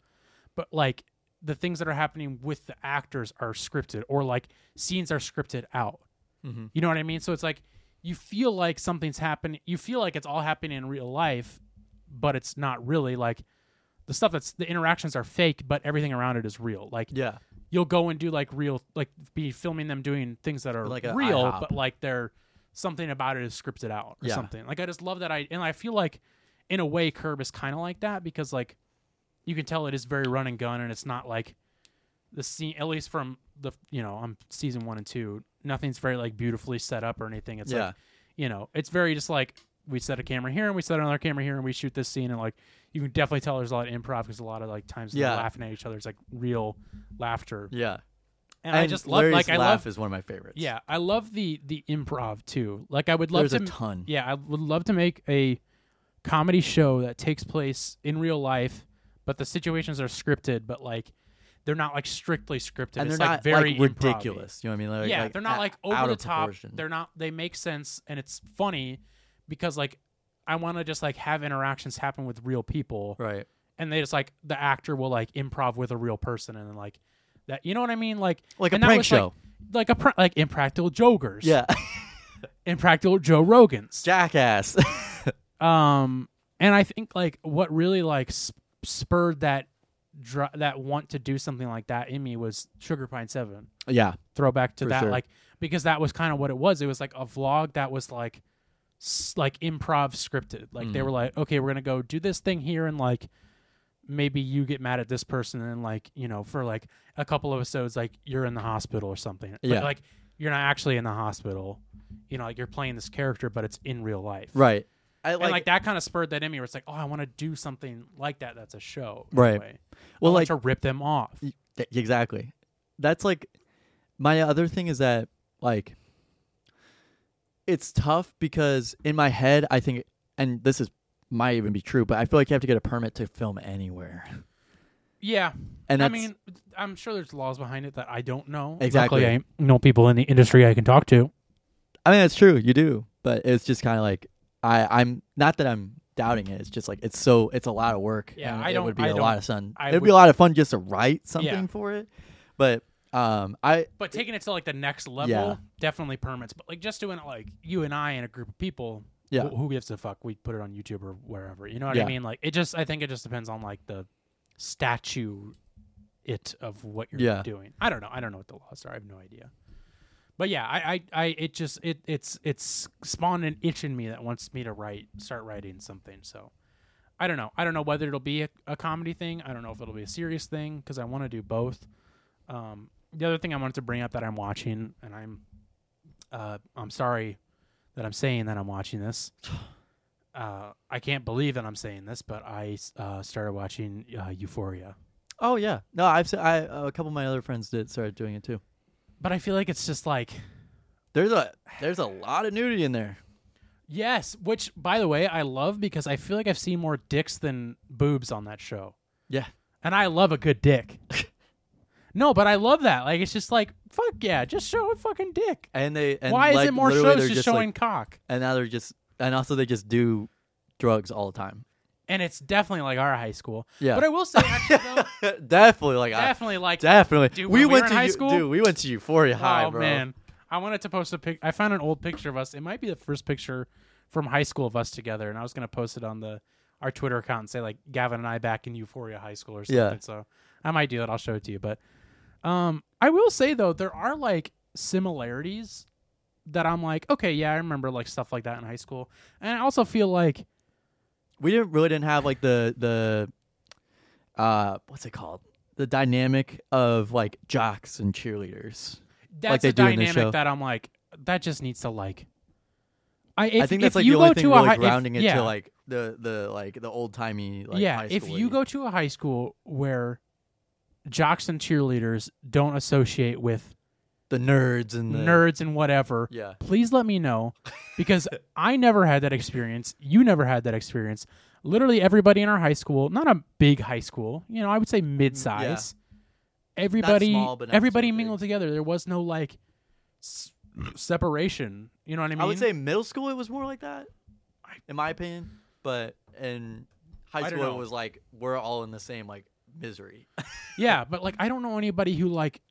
S3: But like the things that are happening with the actors are scripted or like scenes are scripted out.
S4: Mhm.
S3: You know what I mean? So it's like you feel like something's happening, you feel like it's all happening in real life, but it's not really like the stuff that's the interactions are fake, but everything around it is real. Like
S4: Yeah.
S3: you'll go and do like real like be filming them doing things that are
S4: Like a
S3: real
S4: IHOP.
S3: but like they're something about it is scripted out or
S4: Yeah.
S3: something like i just love that i and i feel like in a way curb is kind of like that because like you can tell it is very run and gun and it's not like the scene at least from the you know on season one and two nothing's very like beautifully set up or anything it's
S4: yeah.
S3: like you know it's very just like we set a camera here and we set another camera here and we shoot this scene and like you can definitely tell there's a lot of improv because a lot of like times
S4: Yeah.
S3: they're laughing at each other it's like real laughter
S4: yeah.
S3: and, I just love
S4: Larry's
S3: like I
S4: laugh
S3: love
S4: is one of my favorites.
S3: yeah I love the the improv too. Like I would love
S4: There's
S3: to
S4: a ton.
S3: yeah I would love to make a comedy show that takes place in real life, but the situations are scripted, but like they're not like strictly scripted.
S4: And they're
S3: it's
S4: not
S3: like very improv-y.
S4: ridiculous. You know what I mean? Like,
S3: yeah,
S4: like,
S3: they're not
S4: a-
S3: like
S4: out
S3: over the
S4: of
S3: top.
S4: proportion.
S3: They're not they make sense and it's funny because like I want to just like have interactions happen with real people
S4: right.
S3: and they just like the actor will like improv with a real person and then like that you know what I mean like
S4: Like a
S3: and that
S4: prank
S3: was,
S4: show.
S3: like, like a pr- like impractical jokers
S4: yeah. <laughs>
S3: impractical Joe Rogans
S4: Jackass. <laughs>
S3: um and I think like what really like sp- spurred that dr- that want to do something like that in me was Sugar Pine Seven
S4: yeah.
S3: throwback to
S4: For
S3: that
S4: sure.
S3: like because that was kind of what it was it was like a vlog that was like s- like improv scripted like they
S4: Mhm.
S3: were like okay we're gonna go do this thing here and like maybe you get mad at this person and like you know for like a couple of episodes like you're in the hospital or something But,
S4: Yeah.
S3: like you're not actually in the hospital you know like you're playing this character but it's in real life
S4: Right. I
S3: and like that kind of spurred that in me where it's like oh i want to do something like that that's a show in a
S4: Right.
S3: way. I
S4: Well,
S3: want
S4: like-
S3: to rip them off
S4: Y- th- Exactly. That's like my other thing is that like it's tough because in my head I think and this is might even be true, but I feel like you have to get a permit to film anywhere.
S3: yeah
S4: And
S3: I
S4: that's
S3: mean, I'm sure there's laws behind it that I don't know.
S4: Exactly.
S3: Luckily, I know people in the industry I can talk to.
S4: I mean that's true, you do. But it's just kinda like I, I'm not that I'm doubting it, it's just like it's so it's a lot of work.
S3: Yeah,
S4: and
S3: I
S4: it
S3: don't-
S4: would be
S3: I
S4: a
S3: don't-
S4: lot of fun.
S3: I
S4: It'd
S3: would-
S4: be a lot of fun just to write something
S3: Yeah.
S4: for it. But um I
S3: But taking it to like the next level,
S4: Yeah.
S3: definitely permits. But like just doing it like you and I and a group of people,
S4: Yeah.
S3: wh- who gives a fuck? We put it on YouTube or wherever. You know what I
S4: Yeah.
S3: mean? Like it just, I think it just depends on like the statue it of what you're
S4: Yeah.
S3: doing. I don't know. I don't know what the laws are. I have no idea. But yeah, I, I, I it just, it, it's, it's spawned an itch in me that wants me to write, start writing something. So I don't know. I don't know whether it'll be a, a comedy thing. I don't know if it'll be a serious thing because I want to do both. Um, the other thing I wanted to bring up that I'm watching, and I'm, uh, I'm sorry that I'm saying that I'm watching this. Uh, I can't believe that I'm saying this, but I uh, started watching uh, Euphoria.
S4: Oh yeah, no, I've se- I uh, a couple of my other friends did started doing it too.
S3: But I feel like it's just like
S4: There's a there's a lot of nudity in there.
S3: yes, which by the way I love because I feel like I've seen more dicks than boobs on that show.
S4: Yeah,
S3: and I love a good dick. <laughs> no, but I love that. Like it's just like fuck yeah, just show a fucking dick.
S4: and they and
S3: Why
S4: like,
S3: is it more
S4: literally
S3: shows
S4: they're
S3: just, showing
S4: Like,
S3: cock?
S4: and now they're just and also they just do drugs all the
S3: <laughs>
S4: time.
S3: And it's definitely like our high school.
S4: Yeah.
S3: But I will
S4: <laughs>
S3: say actually though,
S4: definitely like I,
S3: definitely like
S4: definitely.
S3: Dude, when
S4: we
S3: we
S4: went
S3: were in
S4: to
S3: high
S4: Eu-
S3: school-
S4: Dude, we went to Euphoria High,
S3: oh
S4: bro.
S3: man. I wanted to post a pic I found an old picture of us. It might be the first picture from high school of us together, and I was gonna post it on the our Twitter account and say like Gavin and I back in Euphoria High School or something.
S4: Yeah.
S3: So I might do that. I'll show it to you. But um I will say though, there are like similarities that I'm like, okay, yeah, I remember like stuff like that in high school. And I also feel like
S4: We didn't really didn't have like the the uh what's it called the dynamic of like jocks and cheerleaders.
S3: that's
S4: they
S3: a
S4: do in this
S3: dynamic
S4: show.
S3: that I'm like, that just needs to like I, if,
S4: I think
S3: if
S4: that's like
S3: you
S4: the
S3: go
S4: only thing
S3: to a
S4: really
S3: high, if-
S4: grounding it
S3: yeah.
S4: to like the the like the old timey like
S3: yeah,
S4: high
S3: if
S4: school
S3: you go to a high school where jocks and cheerleaders don't associate with
S4: the nerds and the
S3: nerds and whatever,
S4: Yeah.
S3: please let me know
S4: <laughs>
S3: because I never had that experience. You never had that experience. Literally everybody in our high school, not a big high school, you know, I would say mid-size. Everybody
S4: small, but Mm, not
S3: everybody
S4: too big.
S3: mingled together. There was no like s- separation, you know what I mean?
S4: I would say middle school it was more like that,
S3: I-
S4: in my opinion. But in
S3: I
S4: high
S3: don't
S4: school
S3: know.
S4: it was like we're all in the same like misery.
S3: Yeah, but like I don't know anybody who like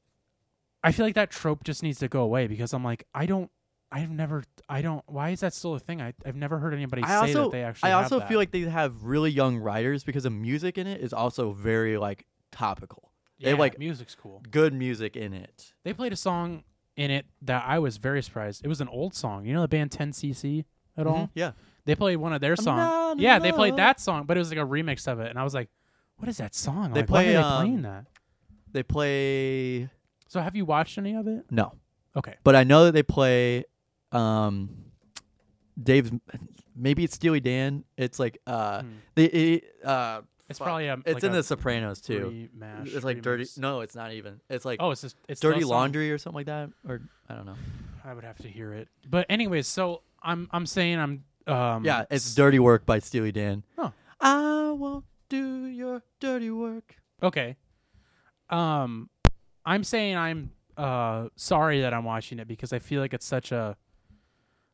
S3: I feel like that trope just needs to go away because I'm like I don't I've never I don't why is that still a thing? I I've never heard anybody say
S4: I also
S3: that they actually
S4: I
S3: have
S4: also
S3: that.
S4: feel like they have really young writers because the music in it is also very like topical.
S3: yeah,
S4: they like
S3: music's cool.
S4: good music in it.
S3: They played a song in it that I was very surprised. It was an old song. You know the band 10cc at all?
S4: Yeah.
S3: They played one of their songs.
S4: Mm-hmm. not in
S3: Mm-hmm. Yeah, they played
S4: love.
S3: that song, but it was like a remix of it and I was like, what is that song?
S4: They
S3: like, why
S4: play,
S3: are they
S4: um,
S3: playing that?
S4: They play
S3: So have you watched any of it?
S4: no,
S3: Okay.
S4: but I know that they play um Dave's maybe it's Steely Dan. It's like uh
S3: Hmm.
S4: they it, uh
S3: It's
S4: fuck.
S3: probably a
S4: it's
S3: like
S4: in
S3: a
S4: the Sopranos too.
S3: Remash,
S4: it's like dirty.
S3: remix.
S4: No, it's not even. It's like
S3: Oh, it's just it's still a
S4: dirty
S3: song?
S4: laundry or something like that, or I don't know.
S3: I would have to hear it. But anyways, so I'm I'm saying I'm um
S4: Yeah, it's dirty work by Steely Dan.
S3: Huh.
S4: I won't do your dirty work.
S3: okay. Um I'm saying I'm uh sorry that I'm watching it because I feel like it's such a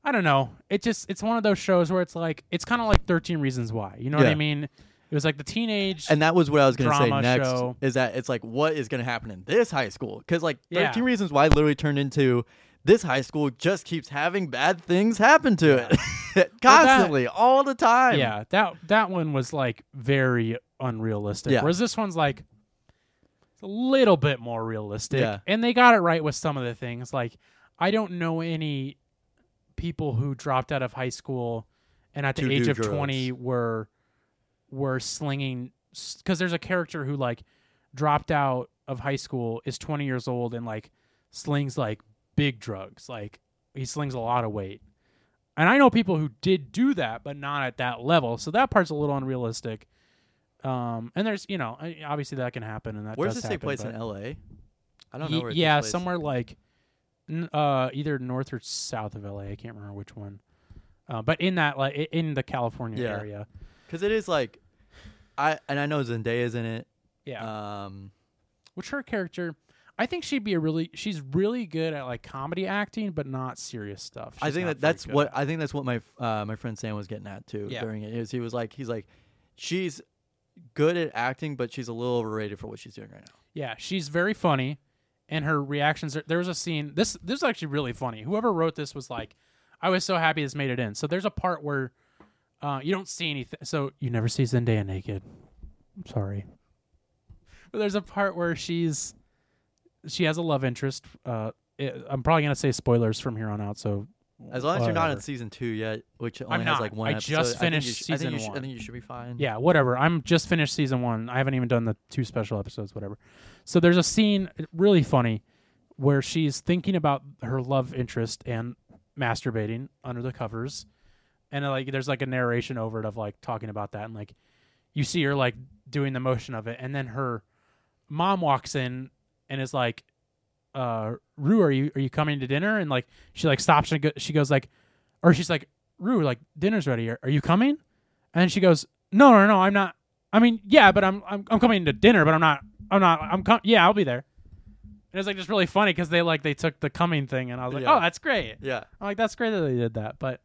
S3: I don't know. It just it's one of those shows where it's like it's kind of like 13 reasons why. You know what I
S4: Yeah.
S3: mean? It was like the teenage.
S4: And that was what I was going to say
S3: drama
S4: next
S3: show.
S4: is that it's like what is going to happen in this high school cuz like 13
S3: Yeah.
S4: reasons why literally turned into this high school just keeps having bad things happen to it <laughs> constantly all the time.
S3: yeah, that that one was like very unrealistic.
S4: Yeah.
S3: Whereas this one's like it's a little bit more realistic.
S4: Yeah.
S3: And they got it right with some of the things. Like I don't know any people who dropped out of high school and at the
S4: To
S3: age
S4: do
S3: of 20
S4: drugs.
S3: were were slinging cuz there's a character who like dropped out of high school is 20 years old and like slings like big drugs. Like he slings a lot of weight. And I know people who did do that, but not at that level. So that part's a little unrealistic. Um, and there's, you know, I- obviously that can happen, and that
S4: Where does
S3: does
S4: this take
S3: happen,
S4: place
S3: but-
S4: in LA? I don't
S3: Ye-
S4: know where it takes
S3: yeah,
S4: place.
S3: somewhere like, n- uh, either north or south of LA. I can't remember which one. Uh, but in that, like, i- in the California
S4: Yeah.
S3: area.
S4: Cuz it is like I and I know Zendaya's in it.
S3: Yeah.
S4: Um
S3: which her character, I think she'd be a really, she's really good at like comedy acting, but not serious stuff.
S4: I
S3: She's
S4: think
S3: not
S4: that
S3: very
S4: that's
S3: good
S4: what
S3: at it.
S4: I think that's what my uh, my friend Sam was getting at too
S3: Yeah.
S4: during it. Is he was like he's like she's good at acting, but she's a little overrated for what she's doing right now.
S3: Yeah, she's very funny, and her reactions. Are, there was a scene. This this is actually really funny. Whoever wrote this was like, I was so happy this made it in. So there's a part where uh, you don't see anything. So you never see Zendaya naked. I'm sorry, but there's a part where she's she has a love interest. Uh, it, I'm probably gonna say spoilers from here on out. So
S4: As long as you're not in
S3: whatever.
S4: season two yet, which only
S3: I'm
S4: has
S3: not.
S4: like one.
S3: I
S4: episode,
S3: just
S4: think you
S3: finished
S4: sh- I think
S3: season
S4: you sh- I
S3: one.
S4: think you should be fine.
S3: Yeah, whatever. I'm just finished season one. I haven't even done the two special episodes, whatever. So there's a scene, uh, really funny, where she's thinking about her love interest and masturbating under the covers, and uh, like there's like a narration over it of like talking about that, and like you see her like doing the motion of it, and then her mom walks in and is like, uh, "Rue, are you are you coming to dinner?" And like she like stops and go, she goes like, or she's like, "Rue, like dinner's ready. Are, are you coming?" And then she goes, "No, no, no, I'm not. I mean, yeah, but I'm I'm, I'm coming to dinner, but I'm not. I'm not. I'm com- Yeah, I'll be there." And it's like just really funny because they like they took the coming thing, and I was like,
S4: Yeah.
S3: "Oh, that's great."
S4: yeah.
S3: I'm like, "That's great that they did that," but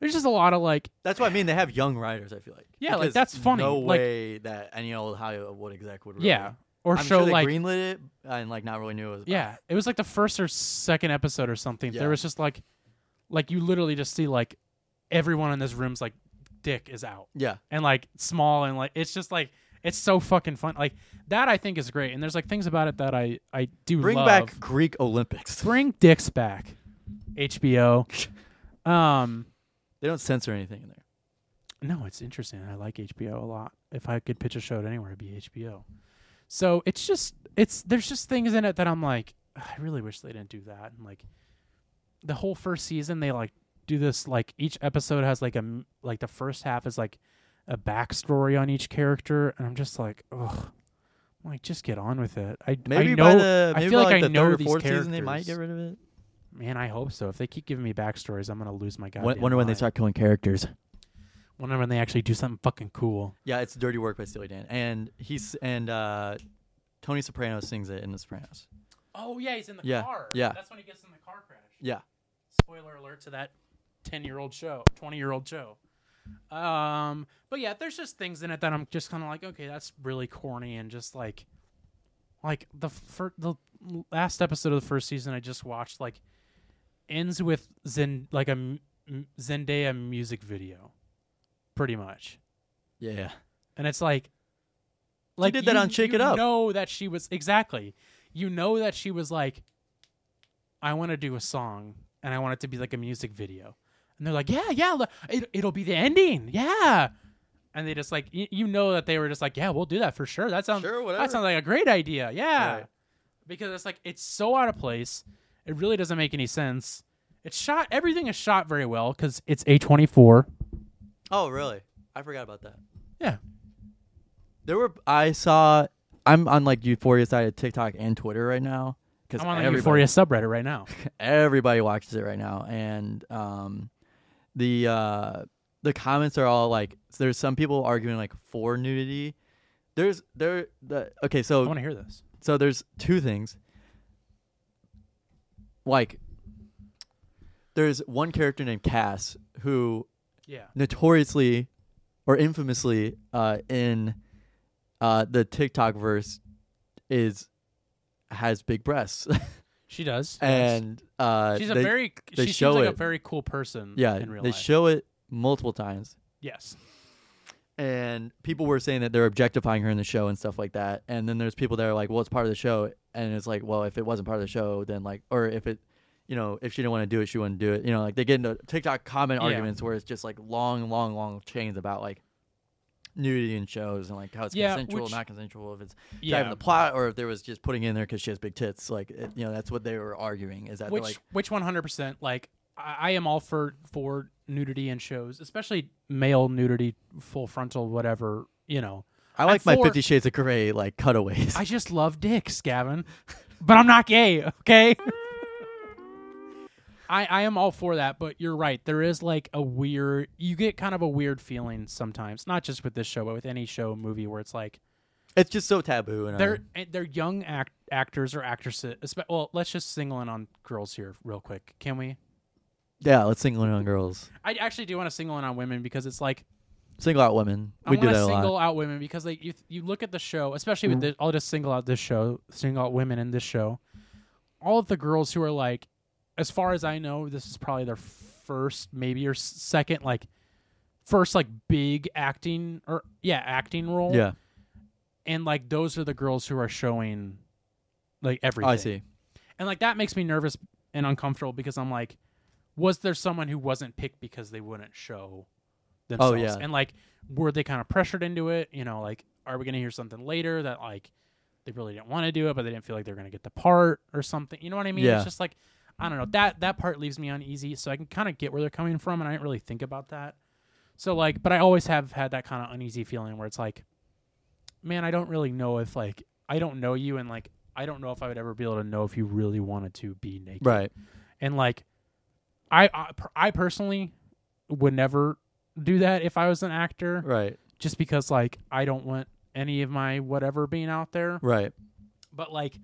S3: there's just a lot of like,
S4: That's what I mean. They have young writers. I feel like
S3: Yeah, like,
S4: Because
S3: that's funny.
S4: No
S3: Like-
S4: way that any old Ohio would exec would. Really.
S3: yeah, or
S4: I'm
S3: show
S4: sure they
S3: like
S4: greenlit it and like not really knew it was.
S3: Yeah, it was like the first or second episode or something.
S4: Yeah.
S3: There was just like, like you literally just see like everyone in this room's like dick is out
S4: yeah,
S3: and like small and like it's just like it's so fucking fun. Like that I think is great. And there's like things about it that I I do
S4: bring
S3: love.
S4: back Greek Olympics.
S3: bring dicks back,
S4: <laughs>
S3: HBO. um,
S4: They don't censor anything in there.
S3: no, it's interesting. I like HBO a lot. If I could pitch a show to anywhere, it'd be HBO. So it's just it's there's just things in it that I'm like, I really wish they didn't do that. And like the whole first season, they like do this like each episode has like a m- like the first half is like a backstory on each character, and I'm just like, ugh, I'm like just get on with it. I
S4: Maybe
S3: I know
S4: by the maybe
S3: I feel
S4: by,
S3: like,
S4: like
S3: I
S4: the
S3: know
S4: third or
S3: these
S4: fourth
S3: characters.
S4: season they might get rid of it.
S3: Man, I hope so. If they keep giving me backstories, I'm gonna lose my goddamn.
S4: Wonder when they
S3: mind.
S4: start killing characters.
S3: Wonder when they actually do something fucking cool.
S4: Yeah, it's "Dirty Work" by Steely Dan, and he's and uh, Tony Soprano sings it in The Sopranos.
S3: Oh yeah, he's in the
S4: Yeah,
S3: car.
S4: yeah.
S3: That's when he gets in the car crash.
S4: Yeah,
S3: Spoiler alert to that ten year old show, twenty year old show. Um but yeah, there's just things in it that I'm just kinda like, okay, that's really corny and just like like the fir- the last episode of the first season I just watched like ends with Zen like a m- m- Zendaya music video. Pretty much.
S4: yeah, yeah.
S3: And it's like, like
S4: did that
S3: you-
S4: on Shake
S3: you
S4: It Up.
S3: Know that she was exactly. You know that she was like, I want to do a song and I want it to be like a music video. And they're like, yeah, yeah, le- it, it'll be the ending, yeah. And they just like, y- you know that they were just like, yeah, we'll do that for sure. That sounds
S4: Sure, whatever.
S3: that sounds like a great idea, yeah.
S4: Right.
S3: Because it's like it's so out of place. It really doesn't make any sense. It's shot. Everything is shot very well because it's a twenty four.
S4: Oh, really? I forgot about that.
S3: Yeah.
S4: There were. I saw. I'm on like Euphoria side of TikTok and Twitter right now because
S3: I'm on the
S4: everybody,
S3: Euphoria subreddit right now.
S4: everybody watches it right now, and um, the uh, the comments are all like, there's some people arguing like for nudity. There's there the okay.
S3: I
S4: So
S3: want to hear this.
S4: so there's two things. Like, there's one character named Cass who
S3: Yeah.
S4: notoriously or infamously uh, in uh, the TikTok verse is has big breasts <laughs>
S3: She does. yes.
S4: and uh,
S3: she's a
S4: they-
S3: very
S4: they
S3: she
S4: show
S3: seems like a
S4: it.
S3: very cool person
S4: yeah
S3: in real
S4: they
S3: life.
S4: show it multiple times
S3: yes.
S4: and people were saying that they're objectifying her in the show and stuff like that and then there's people that are like well it's part of the show and it's like well if it wasn't part of the show then like or if it you know if she didn't want to do it she wouldn't do it you know like they get into tiktok comment
S3: Yeah.
S4: arguments where it's just like long long long chains about like nudity in shows and like how it's
S3: Yeah,
S4: consensual
S3: which-
S4: not consensual if it's yeah.
S3: Yeah.
S4: the plot or if there was just putting in there because she has big tits like it, you know that's what they were arguing is that
S3: which
S4: like
S3: which one hundred percent like I, I am all for for nudity in shows, especially male nudity, full frontal, whatever you know.
S4: i like my
S3: for-
S4: 50 shades of gray like cutaways
S3: I just love dicks, Gavin, <laughs> but I'm not gay. Okay. <laughs> I, I am all for that, but you're right. There is like a weird, you get kind of a weird feeling sometimes, not just with this show, but with any show, movie, where it's like,
S4: <laughs> it's just so taboo and
S3: they're and they're young act- actors or actresses. espe- Well, let's just single in on girls here real quick, can we?
S4: yeah let's single in on girls
S3: I actually do want to single in on women because it's like
S4: Single out women.
S3: I
S4: we
S3: want
S4: do
S3: to
S4: that a lot. Mm-hmm.
S3: single out women because like you you look at the show, especially with the, I'll just single out this show, single out women in this show. All of the girls who are like, as far as I know, this is probably their first, maybe or s- second, like first like big acting or yeah acting role.
S4: Yeah.
S3: and like those are the girls who are showing like everything.
S4: Oh, I see.
S3: and like that makes me nervous and uncomfortable because I'm like, was there someone who wasn't picked because they wouldn't show themselves?
S4: Oh, yeah.
S3: And like, were they kind of pressured into it? You know, like, are we going to hear something later that like they really didn't want to do it, but they didn't feel like they're going to get the part or something? You know what I mean?
S4: Yeah.
S3: It's just like, I don't know. That that part leaves me uneasy, so I can kind of get where they're coming from, and I didn't really think about that. So like, but I always have had that kind of uneasy feeling where it's like, man, I don't really know if like I don't know you, and like I don't know if I would ever be able to know if you really wanted to be naked.
S4: Right.
S3: And like, I I, per- I personally would never do that if I was an actor,
S4: Right.
S3: just because like I don't want any of my whatever being out there.
S4: Right.
S3: But like,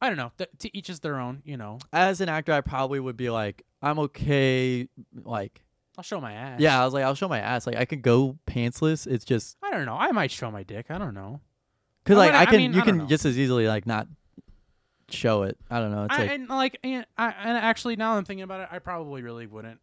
S3: I don't know. Th- to each is their own, you know.
S4: As an actor, I probably would be like, I'm okay. Like,
S3: I'll show my ass.
S4: yeah, I was like, I'll show my ass. Like, I could go pantsless. It's just
S3: I don't know. I might show my dick. I don't know.
S4: because
S3: I
S4: like
S3: mean,
S4: I
S3: I
S4: can,
S3: mean,
S4: you
S3: I don't
S4: can
S3: know.
S4: just as easily like not show it. I don't know. It's
S3: I,
S4: like
S3: and like, and, I, and actually, now that I'm thinking about it, I probably really wouldn't.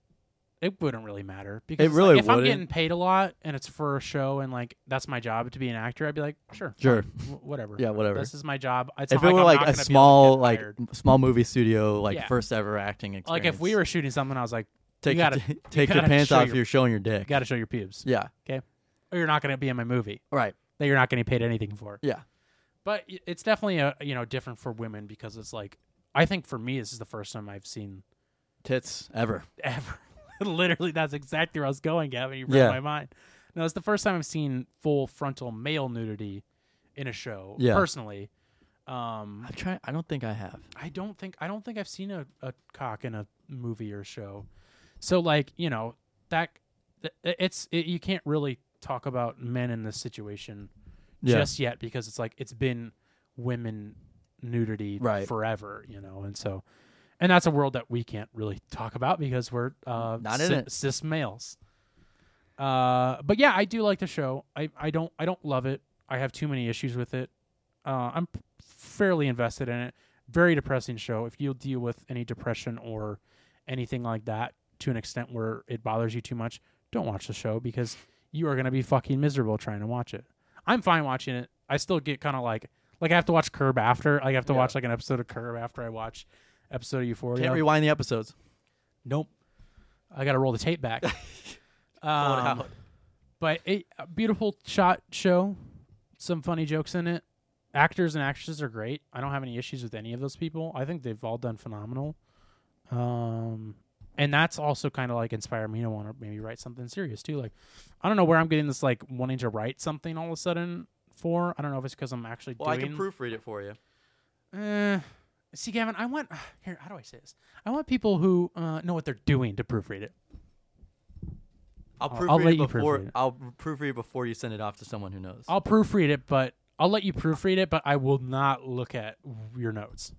S3: It wouldn't really matter because it's like,
S4: really
S3: if I'm
S4: wouldn't.
S3: getting paid a lot and it's for a show and like that's my job to be an actor, I'd be like, sure,
S4: sure.
S3: w- whatever.
S4: Yeah, whatever.
S3: This is my job. It's
S4: if
S3: not
S4: it were
S3: I'm
S4: like
S3: not gonna be
S4: a
S3: able to
S4: small
S3: get
S4: like
S3: hired.
S4: m- small movie studio like
S3: Yeah.
S4: first ever acting experience,
S3: like if we were shooting something, I was like,
S4: take
S3: gotta- <laughs>
S4: your, <laughs> take
S3: gotta
S4: your pants
S3: show
S4: off,
S3: your-
S4: you're showing your
S3: you
S4: dick.
S3: got to show your pubes,
S4: yeah.
S3: or you're not going to be in my movie
S4: Right.
S3: that you're not getting paid anything for.
S4: Yeah.
S3: but y- it's definitely a you know different for women because it's like I think for me this is the first time I've seen
S4: Tits ever.
S3: ever. <laughs> Literally, that's exactly where I was going, Gavin. You read
S4: Yeah.
S3: my mind. No, it's the first time I've seen full frontal male nudity in a show.
S4: Yeah.
S3: Personally, um,
S4: I'm trying. I don't think I have.
S3: I don't think I don't think I've seen a, a cock in a movie or show. So like you know that th- it's it, you can't really talk about men in this situation
S4: Yeah.
S3: just yet because it's like it's been women nudity
S4: Right.
S3: forever, you know, and so and that's a world that we can't really talk about because we're uh,
S4: Not
S3: cis,
S4: in it.
S3: cis males. Uh, but yeah, I do like the show. I, I don't I don't love it. I have too many issues with it. Uh, I'm fairly invested in it. Very depressing show. If you deal with any depression or anything like that to an extent where it bothers you too much, don't watch the show because you are going to be fucking miserable trying to watch it. I'm fine watching it. I still get kind of like like I have to watch Curb after. Like I have to watch like an episode of Curb after I watch episode of Euphoria.
S4: Can't rewind the episodes.
S3: nope. I got to roll the tape
S4: <laughs>
S3: back.
S4: Pull it
S3: Um,
S4: out.
S3: but it, a beautiful shot show, some funny jokes in it. Actors and actresses are great. I don't have any issues with any of those people. I think they've all done phenomenal. Um, and that's also kind of like inspired me to want to maybe write something serious too. Like, I don't know where I'm getting this like wanting to write something all of a sudden for. I don't know if it's because I'm actually
S4: Well, I
S3: doing.
S4: can proofread it for you.
S3: Uh, see, Gavin, I want <sighs> here. How do I say this? I want people who uh, know what they're doing to proofread it.
S4: I'll
S3: I'll-
S4: proofread
S3: I'll let
S4: it
S3: you
S4: before
S3: proofread it.
S4: I'll proofread before you send it off to someone who knows.
S3: I'll proofread it, but I'll let you proofread it, but I will not look at your notes.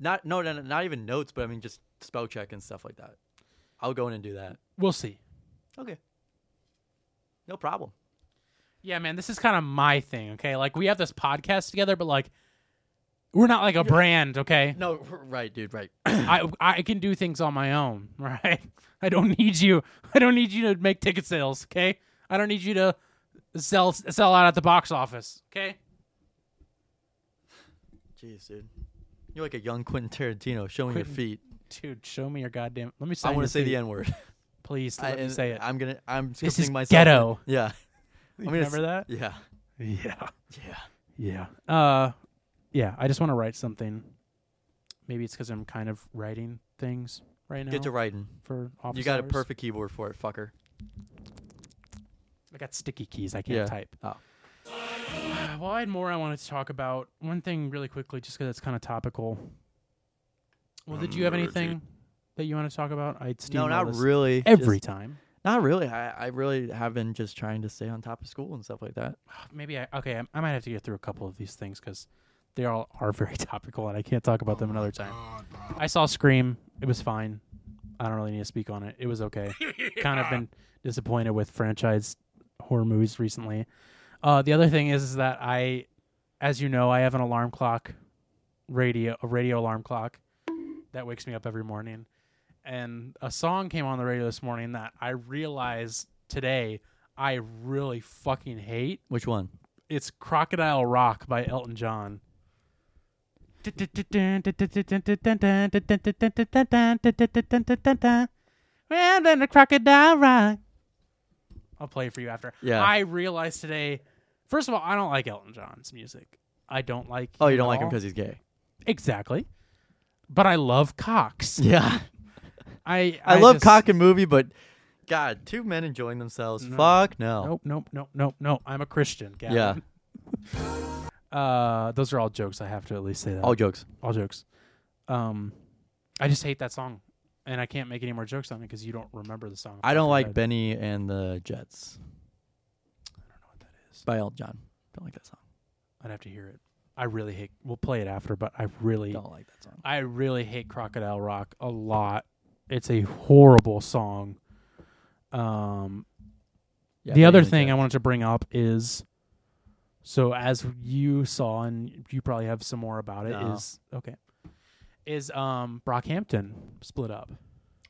S4: not no, no, no, not even notes, but I mean just spell check and stuff like that. I'll go in and do that.
S3: We'll see.
S4: Okay. No problem.
S3: Yeah, man, this is kind of my thing, okay? Like we have this podcast together, but like we're not like a brand, <clears throat> okay?
S4: No, <laughs> right, dude, right. <coughs>
S3: I I can do things on my own, <laughs> right? I don't need you. I don't need you to make ticket sales, okay? I don't need you to sell sell out at the box office, okay?
S4: Jeez, dude. You're like a young Quentin Tarantino showing
S3: Quentin-
S4: your feet.
S3: Dude, show me your goddamn. Let me.
S4: I want to say the
S3: end.
S4: N word.
S3: Please <laughs>
S4: I-
S3: let me
S4: and
S3: say it.
S4: I'm gonna. I'm
S3: This is
S4: scripting myself.
S3: ghetto. <laughs>
S4: Yeah. I'm gonna
S3: Remember
S4: s-
S3: that?
S4: Yeah.
S3: Yeah.
S4: Yeah.
S3: Yeah. Uh, yeah. I just want to write something. Maybe it's because I'm kind of writing things right now.
S4: Get to writing.
S3: for office
S4: You got a
S3: hours.
S4: perfect keyboard for it, fucker.
S3: I got sticky keys. I can't
S4: Yeah.
S3: type.
S4: Oh.
S3: Well, I had more I wanted to talk about. One thing really quickly, just because it's kind of topical. Well, did you have anything that you want to talk about? I'd steal
S4: no, not really.
S3: Every
S4: Just-
S3: time.
S4: not really. I, I really have been just trying to stay on top of school and stuff like that.
S3: Maybe I okay. I, I might have to get through a couple of these things because they all are <laughs> very topical, and I can't talk about them another time. I saw Scream. It was fine. I don't really need to speak on it. It was okay. Kind of been disappointed with franchise horror movies recently. Uh, the other thing is, is that I, as you know, I have an alarm clock, radio a radio alarm clock, that wakes me up every morning, and a song came on the radio this morning that I realized today I really fucking hate
S4: Which one?
S3: it's Crocodile Rock by Elton John. Round in the crocodile rock. I'll play it for you after.
S4: Yeah.
S3: I realized today. First of all, I don't like Elton John's music. I don't like.
S4: Oh, you
S3: at
S4: don't like him
S3: all.
S4: because
S3: <laughs>
S4: he's gay.
S3: exactly. But I love Cox.
S4: <laughs> Yeah.
S3: I
S4: I, love
S3: just-
S4: cock and movie, but God, two men enjoying themselves.
S3: No.
S4: Fuck no.
S3: Nope, nope, nope, nope, nope. I'm a Christian. Gavin.
S4: Yeah.
S3: Uh, those are all jokes. I have to at least say that.
S4: All jokes.
S3: all jokes. Um, I just hate that song, and I can't make any more jokes on it because you don't remember the song.
S4: I don't
S3: off the top of your
S4: like
S3: head.
S4: Benny and the Jets
S3: I don't know what that is.
S4: by Elton John. Don't like that song.
S3: I'd have to hear it. I really hate. We'll play it after, but I really,
S4: Don't like that song.
S3: I really hate Crocodile Rock a lot. It's a horrible song. Um,
S4: Yeah,
S3: the
S4: Benny
S3: other
S4: and
S3: thing I
S4: Jets.
S3: wanted to bring up is, so as you saw, and you probably have some more about it. Is
S4: No.
S3: okay. Is um Brockhampton split up?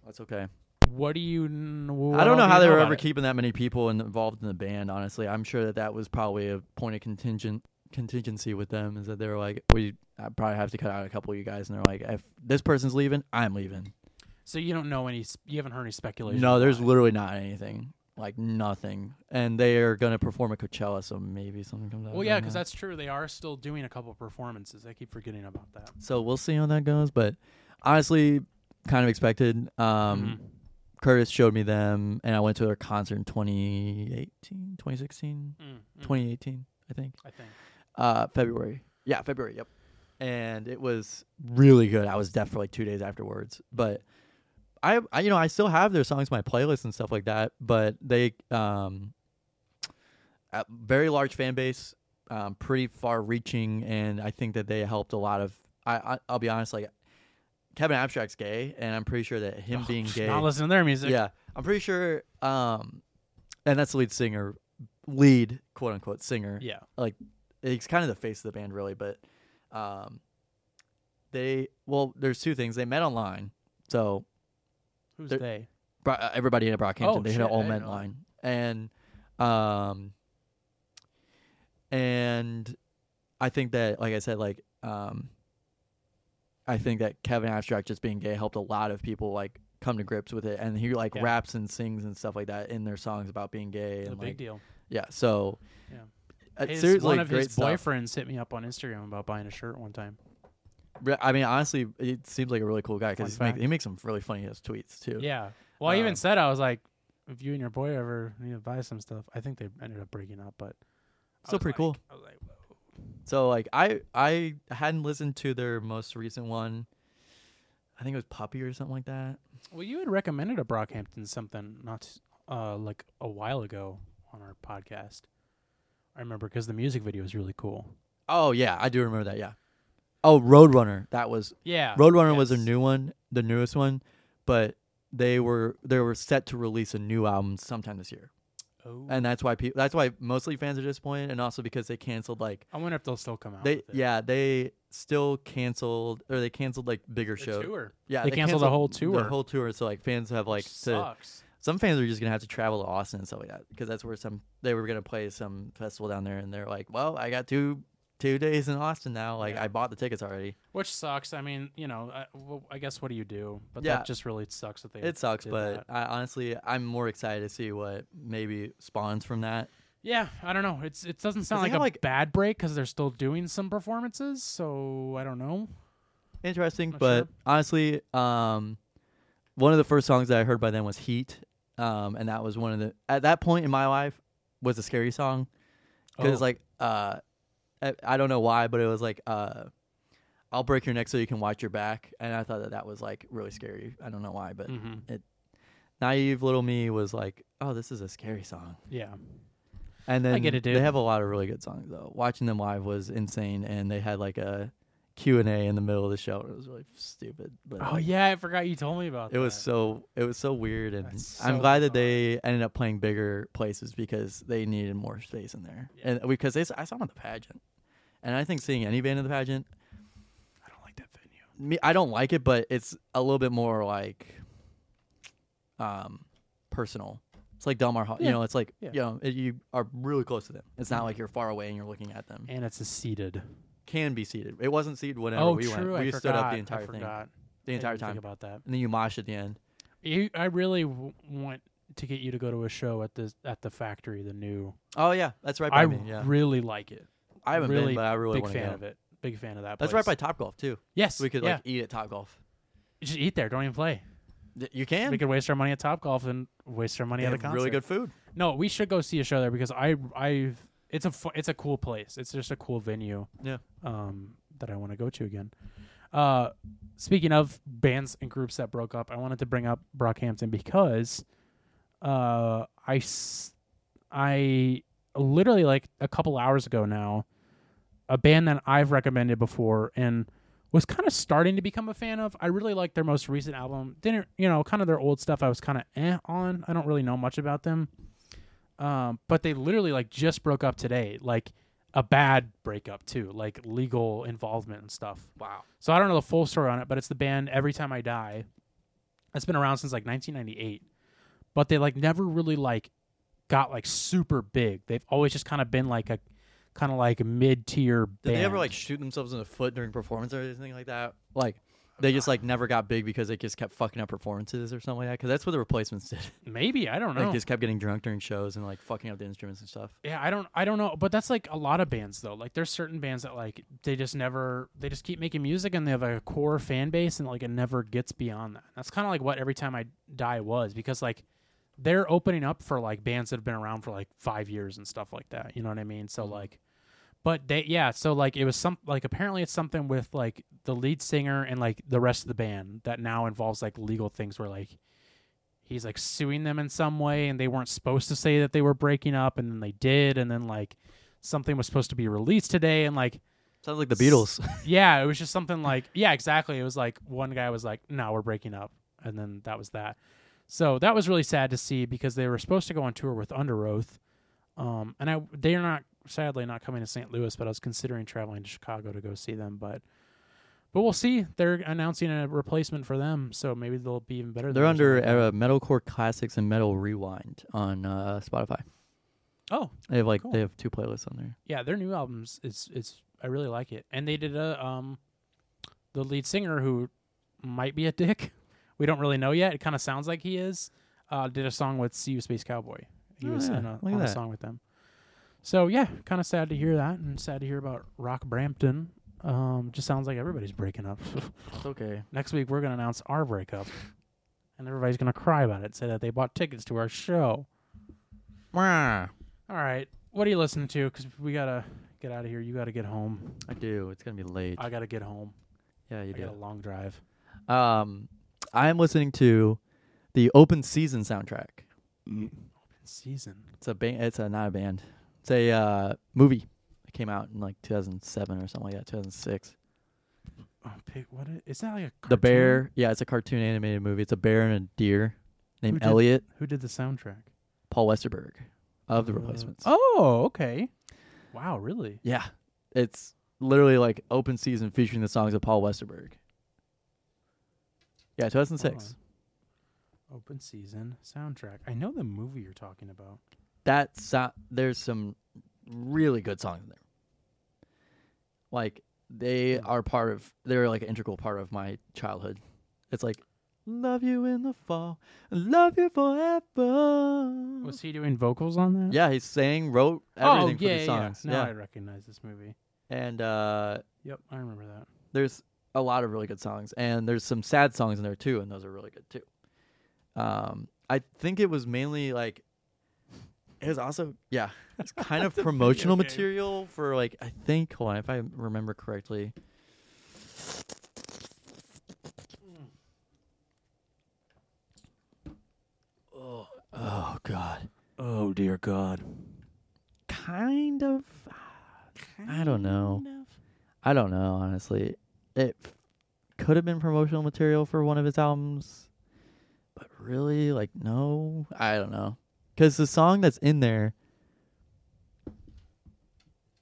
S4: That's okay.
S3: What do you? kn- what
S4: I don't
S3: all
S4: know
S3: do
S4: how
S3: you
S4: they were
S3: about
S4: ever
S3: it?
S4: keeping that many people in, involved in the band. Honestly, I'm sure that that was probably a point of contingent contingency with them is that they were like, we I probably have to cut out a couple of you guys, and they're like, if this person's leaving, I'm leaving.
S3: So you don't know any. You haven't heard any speculation.
S4: No, there's
S3: about
S4: literally not anything, like nothing, and they are gonna perform at Coachella, so maybe something comes out.
S3: it.
S4: of
S3: Well, yeah,
S4: that,
S3: because that's true. They are still doing a couple performances. I keep forgetting about that.
S4: so we'll see how that goes. But honestly, kind of expected. Um,
S3: Mhm.
S4: Curtis showed me them, and I went to their concert in 2018, 2016,
S3: Mm, mm,
S4: 2018, I think.
S3: I think.
S4: uh February. Yeah, February, yep. And it was really good. I was deaf for like 2 days afterwards, but I, I you know, I still have their songs in my playlist and stuff like that, but they um a very large fan base, um pretty far reaching and I think that they helped a lot of I, I I'll be honest like Kevin Abstract's gay and I'm pretty sure that him
S3: <laughs>
S4: being gay
S3: Oh, Not listening to their music.
S4: yeah, I'm pretty sure. Um, and that's the lead singer, lead quote unquote singer.
S3: Yeah.
S4: He's kind of the face of the band, really. But, um, they well, there's two things. They met online, so
S3: Who's
S4: They're-
S3: they?
S4: Bro- uh, everybody at Brockhampton
S3: Oh,
S4: they hit
S3: shit,
S4: an all
S3: I
S4: men
S3: didn't know
S4: line, and um, and I think that, like I said, like um, I think that Kevin Abstract just being gay helped a lot of people like come to grips with it, and he like
S3: Yeah.
S4: raps and sings and stuff like that in their songs about being gay
S3: The
S4: and
S3: big
S4: like
S3: deal.
S4: yeah, so
S3: Yeah.
S4: uh,
S3: His-
S4: seriously,
S3: one of
S4: great
S3: his
S4: stuff.
S3: boyfriends hit me up on Instagram about buying a shirt one time.
S4: Re- I mean, honestly, it seems like a really cool guy
S3: Fun
S4: because make,
S3: fact.
S4: he makes some really funny ass tweets too.
S3: Yeah. Well, I even
S4: Um,
S3: said I was like, if you and your boy ever need to buy some stuff, I think they ended up breaking up, but I
S4: Still
S3: was
S4: pretty
S3: like-
S4: cool.
S3: I was like, whoa.
S4: So like I I hadn't listened to their most recent one. I think it was Puppy or something like that.
S3: Well, you had recommended a Brockhampton something not s- uh, like a while ago on our podcast. I remember because the music video is really cool.
S4: Oh yeah, I do remember that. Yeah. Oh, Roadrunner. That was
S3: Yeah,
S4: Roadrunner was a
S3: Oh, yes.
S4: new one, the newest one, but they were they were set to release a new album sometime this year.
S3: Oh,
S4: and that's why people. That's why mostly fans are disappointed, and also because they canceled like
S3: I wonder if they'll still come out.
S4: they
S3: with it.
S4: yeah they still canceled or they canceled like bigger
S3: The
S4: shows.
S3: tour
S4: Yeah,
S3: They canceled the whole tour.
S4: The whole tour. So like fans have like to,
S3: sucks.
S4: some fans are just gonna have to travel to Austin and stuff like that because that's where some they were gonna play some festival down there, and they're like, well, I got two two days in Austin now. Like
S3: Yeah.
S4: I bought the tickets already.
S3: Which sucks. I mean, you know, I, well, I guess what do you do? But
S4: Yeah.
S3: that just really sucks that they.
S4: It sucks,
S3: did that.
S4: but I honestly I'm more excited to see what maybe spawns from that.
S3: yeah, I don't know. It's it doesn't sound
S4: they
S3: like a
S4: have, like-
S3: bad break because they're still doing some performances. So I don't know.
S4: Interesting,
S3: Not
S4: but
S3: sure.
S4: honestly, um, one of the first songs that I heard by them was Heat, um, and that was one of the at that point in my life was a scary song because
S3: Oh.
S4: like uh, I, I don't know why, but it was like uh, I'll break your neck so you can watch your back, and I thought that that was like really scary. I don't know why, but
S3: Mm-hmm.
S4: naive little me was like, oh, this is a scary song.
S3: Yeah.
S4: And then
S3: I get it, dude.
S4: they have a lot of really good songs though. Watching them live was insane, and they had like a Q and A in the middle of the show. and It was really stupid. But
S3: Oh
S4: like,
S3: yeah, I forgot you told me about.
S4: it was
S3: that.
S4: so it was so weird, and
S3: That's so
S4: I'm glad that
S3: bizarre.
S4: they ended up playing bigger places because they needed more space in there. And uh, because they, s- I saw them at the pageant, and I think seeing any band in the pageant,
S3: I don't like that venue.
S4: me I don't like it, but it's a little bit more like, um, personal. It's like Delmar Hall,
S3: Yeah.
S4: you know. It's like
S3: Yeah.
S4: you know it, you are really close to them. It's not like you're far away and you're looking at them.
S3: And it's a seated.
S4: can be seated. It wasn't seated whenever
S3: oh,
S4: we
S3: true.
S4: went.
S3: I
S4: We
S3: forgot.
S4: stood up the
S3: I
S4: entire thing,
S3: forgot.
S4: the
S3: I
S4: entire
S3: didn't think
S4: time,
S3: about that.
S4: and then you mosh at the end.
S3: You, I really w- want to get you to go to a show at the at the factory, the new.
S4: Oh yeah, that's right by
S3: I
S4: me. Yeah,
S3: really like it.
S4: I haven't
S3: really
S4: been, but I really
S3: big
S4: want to
S3: fan
S4: go.
S3: of it. Big fan of that.
S4: That's
S3: place.
S4: right by Top Golf too.
S3: Yes,
S4: We could
S3: yeah.
S4: like eat at Top Golf.
S3: just eat there. Don't even play.
S4: You can.
S3: We could waste our money at Top Golf and waste our money
S4: They
S3: at a
S4: have
S3: concert.
S4: really good food.
S3: No, we should go see a show there because I I've it's a fu- it's a cool place. It's just a cool venue.
S4: Yeah.
S3: Um, that I want to go to again. Uh, speaking of bands and groups that broke up, I wanted to bring up Brockhampton because, uh, I s- I literally like a couple hours ago now, a band that I've recommended before and was kind of starting to become a fan of. I really liked their most recent album. Didn't you know? Kind of their old stuff. I was kind of eh on. I don't really know much about them. Um, but they literally like just broke up today, like a bad breakup too, like legal involvement and stuff. Wow. So I don't know the full story on it, but it's the band Every Time I Die. It's been around since like 1998, but they like never really like got like super big. They've always just kind of been like a kind of like mid tier band.
S4: Did they ever like shoot themselves in the foot during performance or anything like that? Like they just like never got big because they just kept fucking up performances or something like that. Because that's what the replacements did. <laughs>
S3: Maybe I don't know.
S4: They just kept getting drunk during shows and like fucking up the instruments and stuff.
S3: yeah, I don't I don't know, but that's like a lot of bands though. Like there's certain bands that like they just never they just keep making music and they have a core fan base and like it never gets beyond that. That's kind of like what every time I die was because like they're opening up for like bands that have been around for like 5 years and stuff like that. You know what I mean? So like but they yeah, so like it was some like apparently it's something with like the lead singer and like the rest of the band that now involves like legal things where like he's like suing them in some way and they weren't supposed to say that they were breaking up and then they did and then like something was supposed to be released today and like
S4: Sounds like the Beatles.
S3: yeah it was just something like yeah exactly it was like one guy was like no we're breaking up and then that was that so that was really sad to see because they were supposed to go on tour with under oath um and i they're not sadly not coming to st louis but i was considering traveling to chicago to go see them but but we'll see they're announcing a replacement for them so maybe they'll be even better than
S4: <laughs> They're
S3: us.
S4: under uh, Metalcore Classics and Metal Rewind on uh, Spotify.
S3: oh
S4: They have like
S3: Cool.
S4: they have two playlists on there.
S3: yeah, their new albums is it's I really like it. And they did a um the lead singer who might be a dick. <laughs> We don't really know yet. It kind of sounds like he is. Uh did a song with See You Space Cowboy. He
S4: Oh,
S3: was
S4: yeah.
S3: in a,
S4: Look at
S3: on a
S4: that.
S3: song with them. So yeah, kind of sad to hear that and sad to hear about Rock Brampton. Um just sounds like everybody's breaking up.
S4: It's okay.
S3: Next week we're going to announce our breakup. And everybody's going to cry about it, say that they bought tickets to our show. All right. What are you listening to? Because we got to get out of here. You got to get home.
S4: I do. It's gonna be late.
S3: I gotta get home.
S4: yeah, you
S3: I got
S4: do.
S3: a long drive.
S4: Um, I am listening to the Open Season soundtrack.
S3: Season.
S4: It's a band. It's a, not a band. It's a uh, movie. It came out in like 2007 or something like that. 2006.
S3: Oh, pig, what is, is that like a cartoon?
S4: The Bear. Yeah, it's a cartoon animated movie. It's a bear and a deer named
S3: did-
S4: Elliot
S3: Who did the soundtrack?
S4: Paul Westerberg. of
S3: Uh,
S4: the replacements.
S1: Oh, okay. Wow, really?
S4: Yeah. It's literally like open season featuring the songs of Paul Westerberg. Yeah, 2006.
S3: Open season soundtrack. I know the movie you're talking about.
S4: That's so- there's some really good songs in there. Like they
S3: Hmm.
S4: are part of they're like an integral part of my childhood. It's like love you in the fall, love you forever.
S3: Was he doing vocals on that?
S4: Yeah, he sang, wrote
S3: Oh
S4: everything
S3: yeah,
S4: for the songs.
S3: yeah. Now I recognize this movie.
S4: And uh
S3: Yep, I remember that.
S4: there's a lot of really good songs and there's some sad songs in there too and those are really good too um i think it was mainly like it was also yeah it's kind
S7: <laughs>
S4: of promotional material for like i think hold on if i remember correctly oh god
S7: Oh dear God.
S4: kind of i don't know i don't know honestly it f- could have been promotional material for one of his albums but really like no i don't know because the song that's in there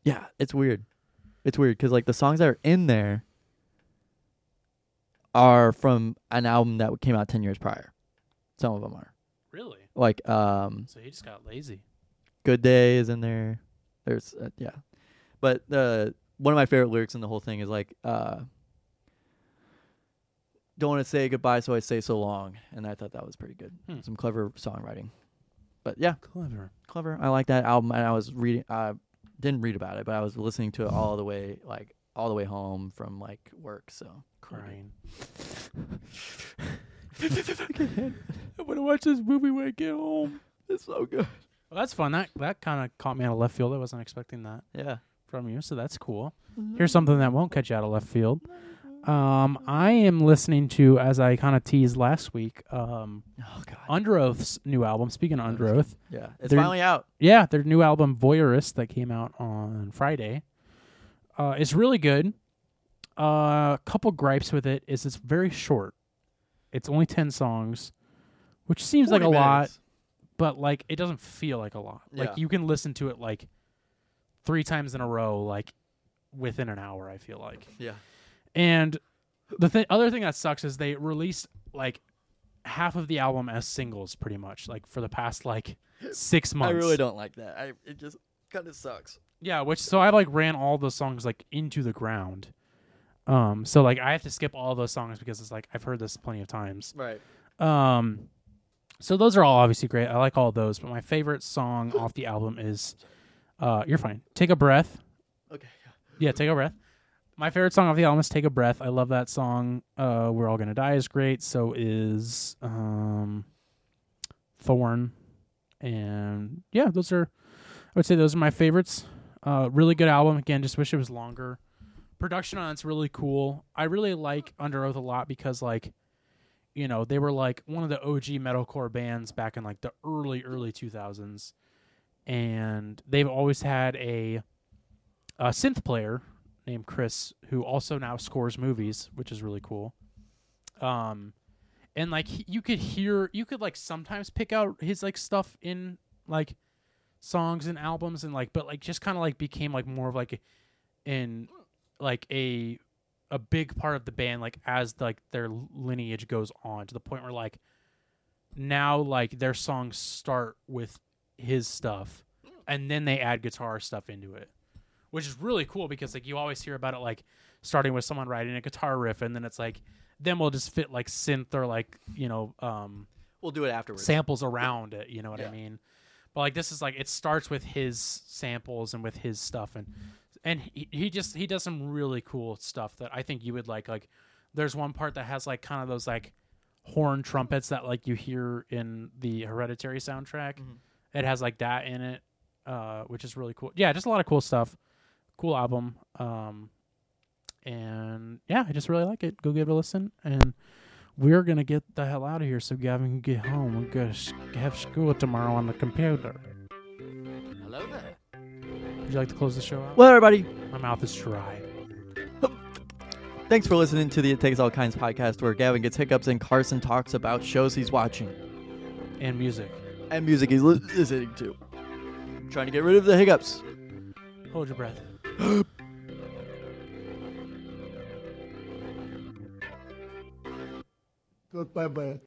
S4: yeah it's weird it's weird because like the songs that are in there are from an album that came out 10 years prior some of them are
S3: Really?
S4: like um
S3: So he just got lazy.
S4: Good Day is in there. There's uh, yeah, but uh, one of my favorite lyrics in the whole thing is like, uh, "Don't want to say goodbye, so I say so long." And I thought that was pretty good.
S3: Hmm.
S4: Some clever songwriting. But yeah,
S3: Clever.
S4: clever. I like that album, and I was reading. I didn't read about it, but I was listening to it all the way, like all the way home from like work.
S3: <laughs>
S4: So <laughs>
S3: Crying.
S1: <laughs> I want to watch this movie when I get home.
S4: it's so good.
S3: Well, that's fun. That that kind of caught me out of left field. I wasn't expecting that
S4: Yeah.
S3: from you, so that's cool.
S1: Mm-hmm.
S3: Here's something that won't catch you out of left field. Um, I am listening to, as I kind of teased last week, um,
S4: Oh god.
S3: Under Oath's new album. Speaking of Under Oath,
S4: Yeah, it's
S3: They're-
S4: finally out.
S3: yeah, their new album Voyeurist that came out on Friday. Uh, it's really good. A couple gripes with it is it's very short. It's only ten songs, which seems like a
S4: 40
S3: lot,
S4: minutes.
S3: but like it doesn't feel like a lot.
S4: Yeah.
S3: Like you can listen to it like three times in a row, like within an hour. I feel like.
S4: Yeah.
S3: And the th- other thing that sucks is they released like half of the album as singles, pretty much, like for the past like six months.
S4: I really don't like that. I it just kind of sucks.
S3: Yeah, which so I like ran all those songs like into the ground. Um, so like I have to skip all those songs because it's like I've heard this plenty of times.
S4: Right.
S3: Um, so those are all obviously great. I like all those, but my favorite song off the album is, uh, you're fine. Take a breath.
S4: Okay.
S3: Yeah, take a breath. My favorite song off the album is "Take a Breath." I love that song. Uh, "We're All Gonna Die" is great. So is um, "Thorn," and yeah, those are. I would say those are my favorites. Uh, really good album. Again, just wish it was longer. Production on it's really cool. I really like Under Oath a lot because like, you know, they were like one of the OG metalcore bands back in like the early early two thousands, and they've always had a a synth player named Chris who also now scores movies, which is really cool. Um, and like he- you could hear, you could like sometimes pick out his like stuff in like songs and albums and like, but like just kind of like became like more of like in like a a big part of the band like as like their lineage goes on to the point where like now like their songs start with his stuff and then they add guitar stuff into it which is really cool because like you always hear about it like starting with someone writing a guitar riff and then it's like then we'll just fit like synth or like you know um
S4: We'll do it afterwards.
S3: samples around it you know what
S4: Yeah.
S3: i mean but like this is like it starts with his samples and with his stuff and and he, he just he does some really cool stuff that i think you would like like there's one part that has like kind of those like horn trumpets that like you hear in the hereditary soundtrack
S4: Mm-hmm.
S3: it has like that in it uh which is really cool yeah just a lot of cool stuff cool album um and yeah i just really like it go give it a listen and we're gonna get the hell out of here so gavin can get home we're gonna s- have school tomorrow on the computer
S7: Hello there.
S3: would you like to close the show out
S4: Well, everybody,
S3: my mouth is dry
S4: thanks for listening to the It Takes All Kinds podcast, where Gavin gets hiccups and Carson talks about shows he's watching
S3: and music
S4: and music he's li- listening to. Trying to get rid of the hiccups.
S3: Hold your breath.
S6: Goodbye, bye.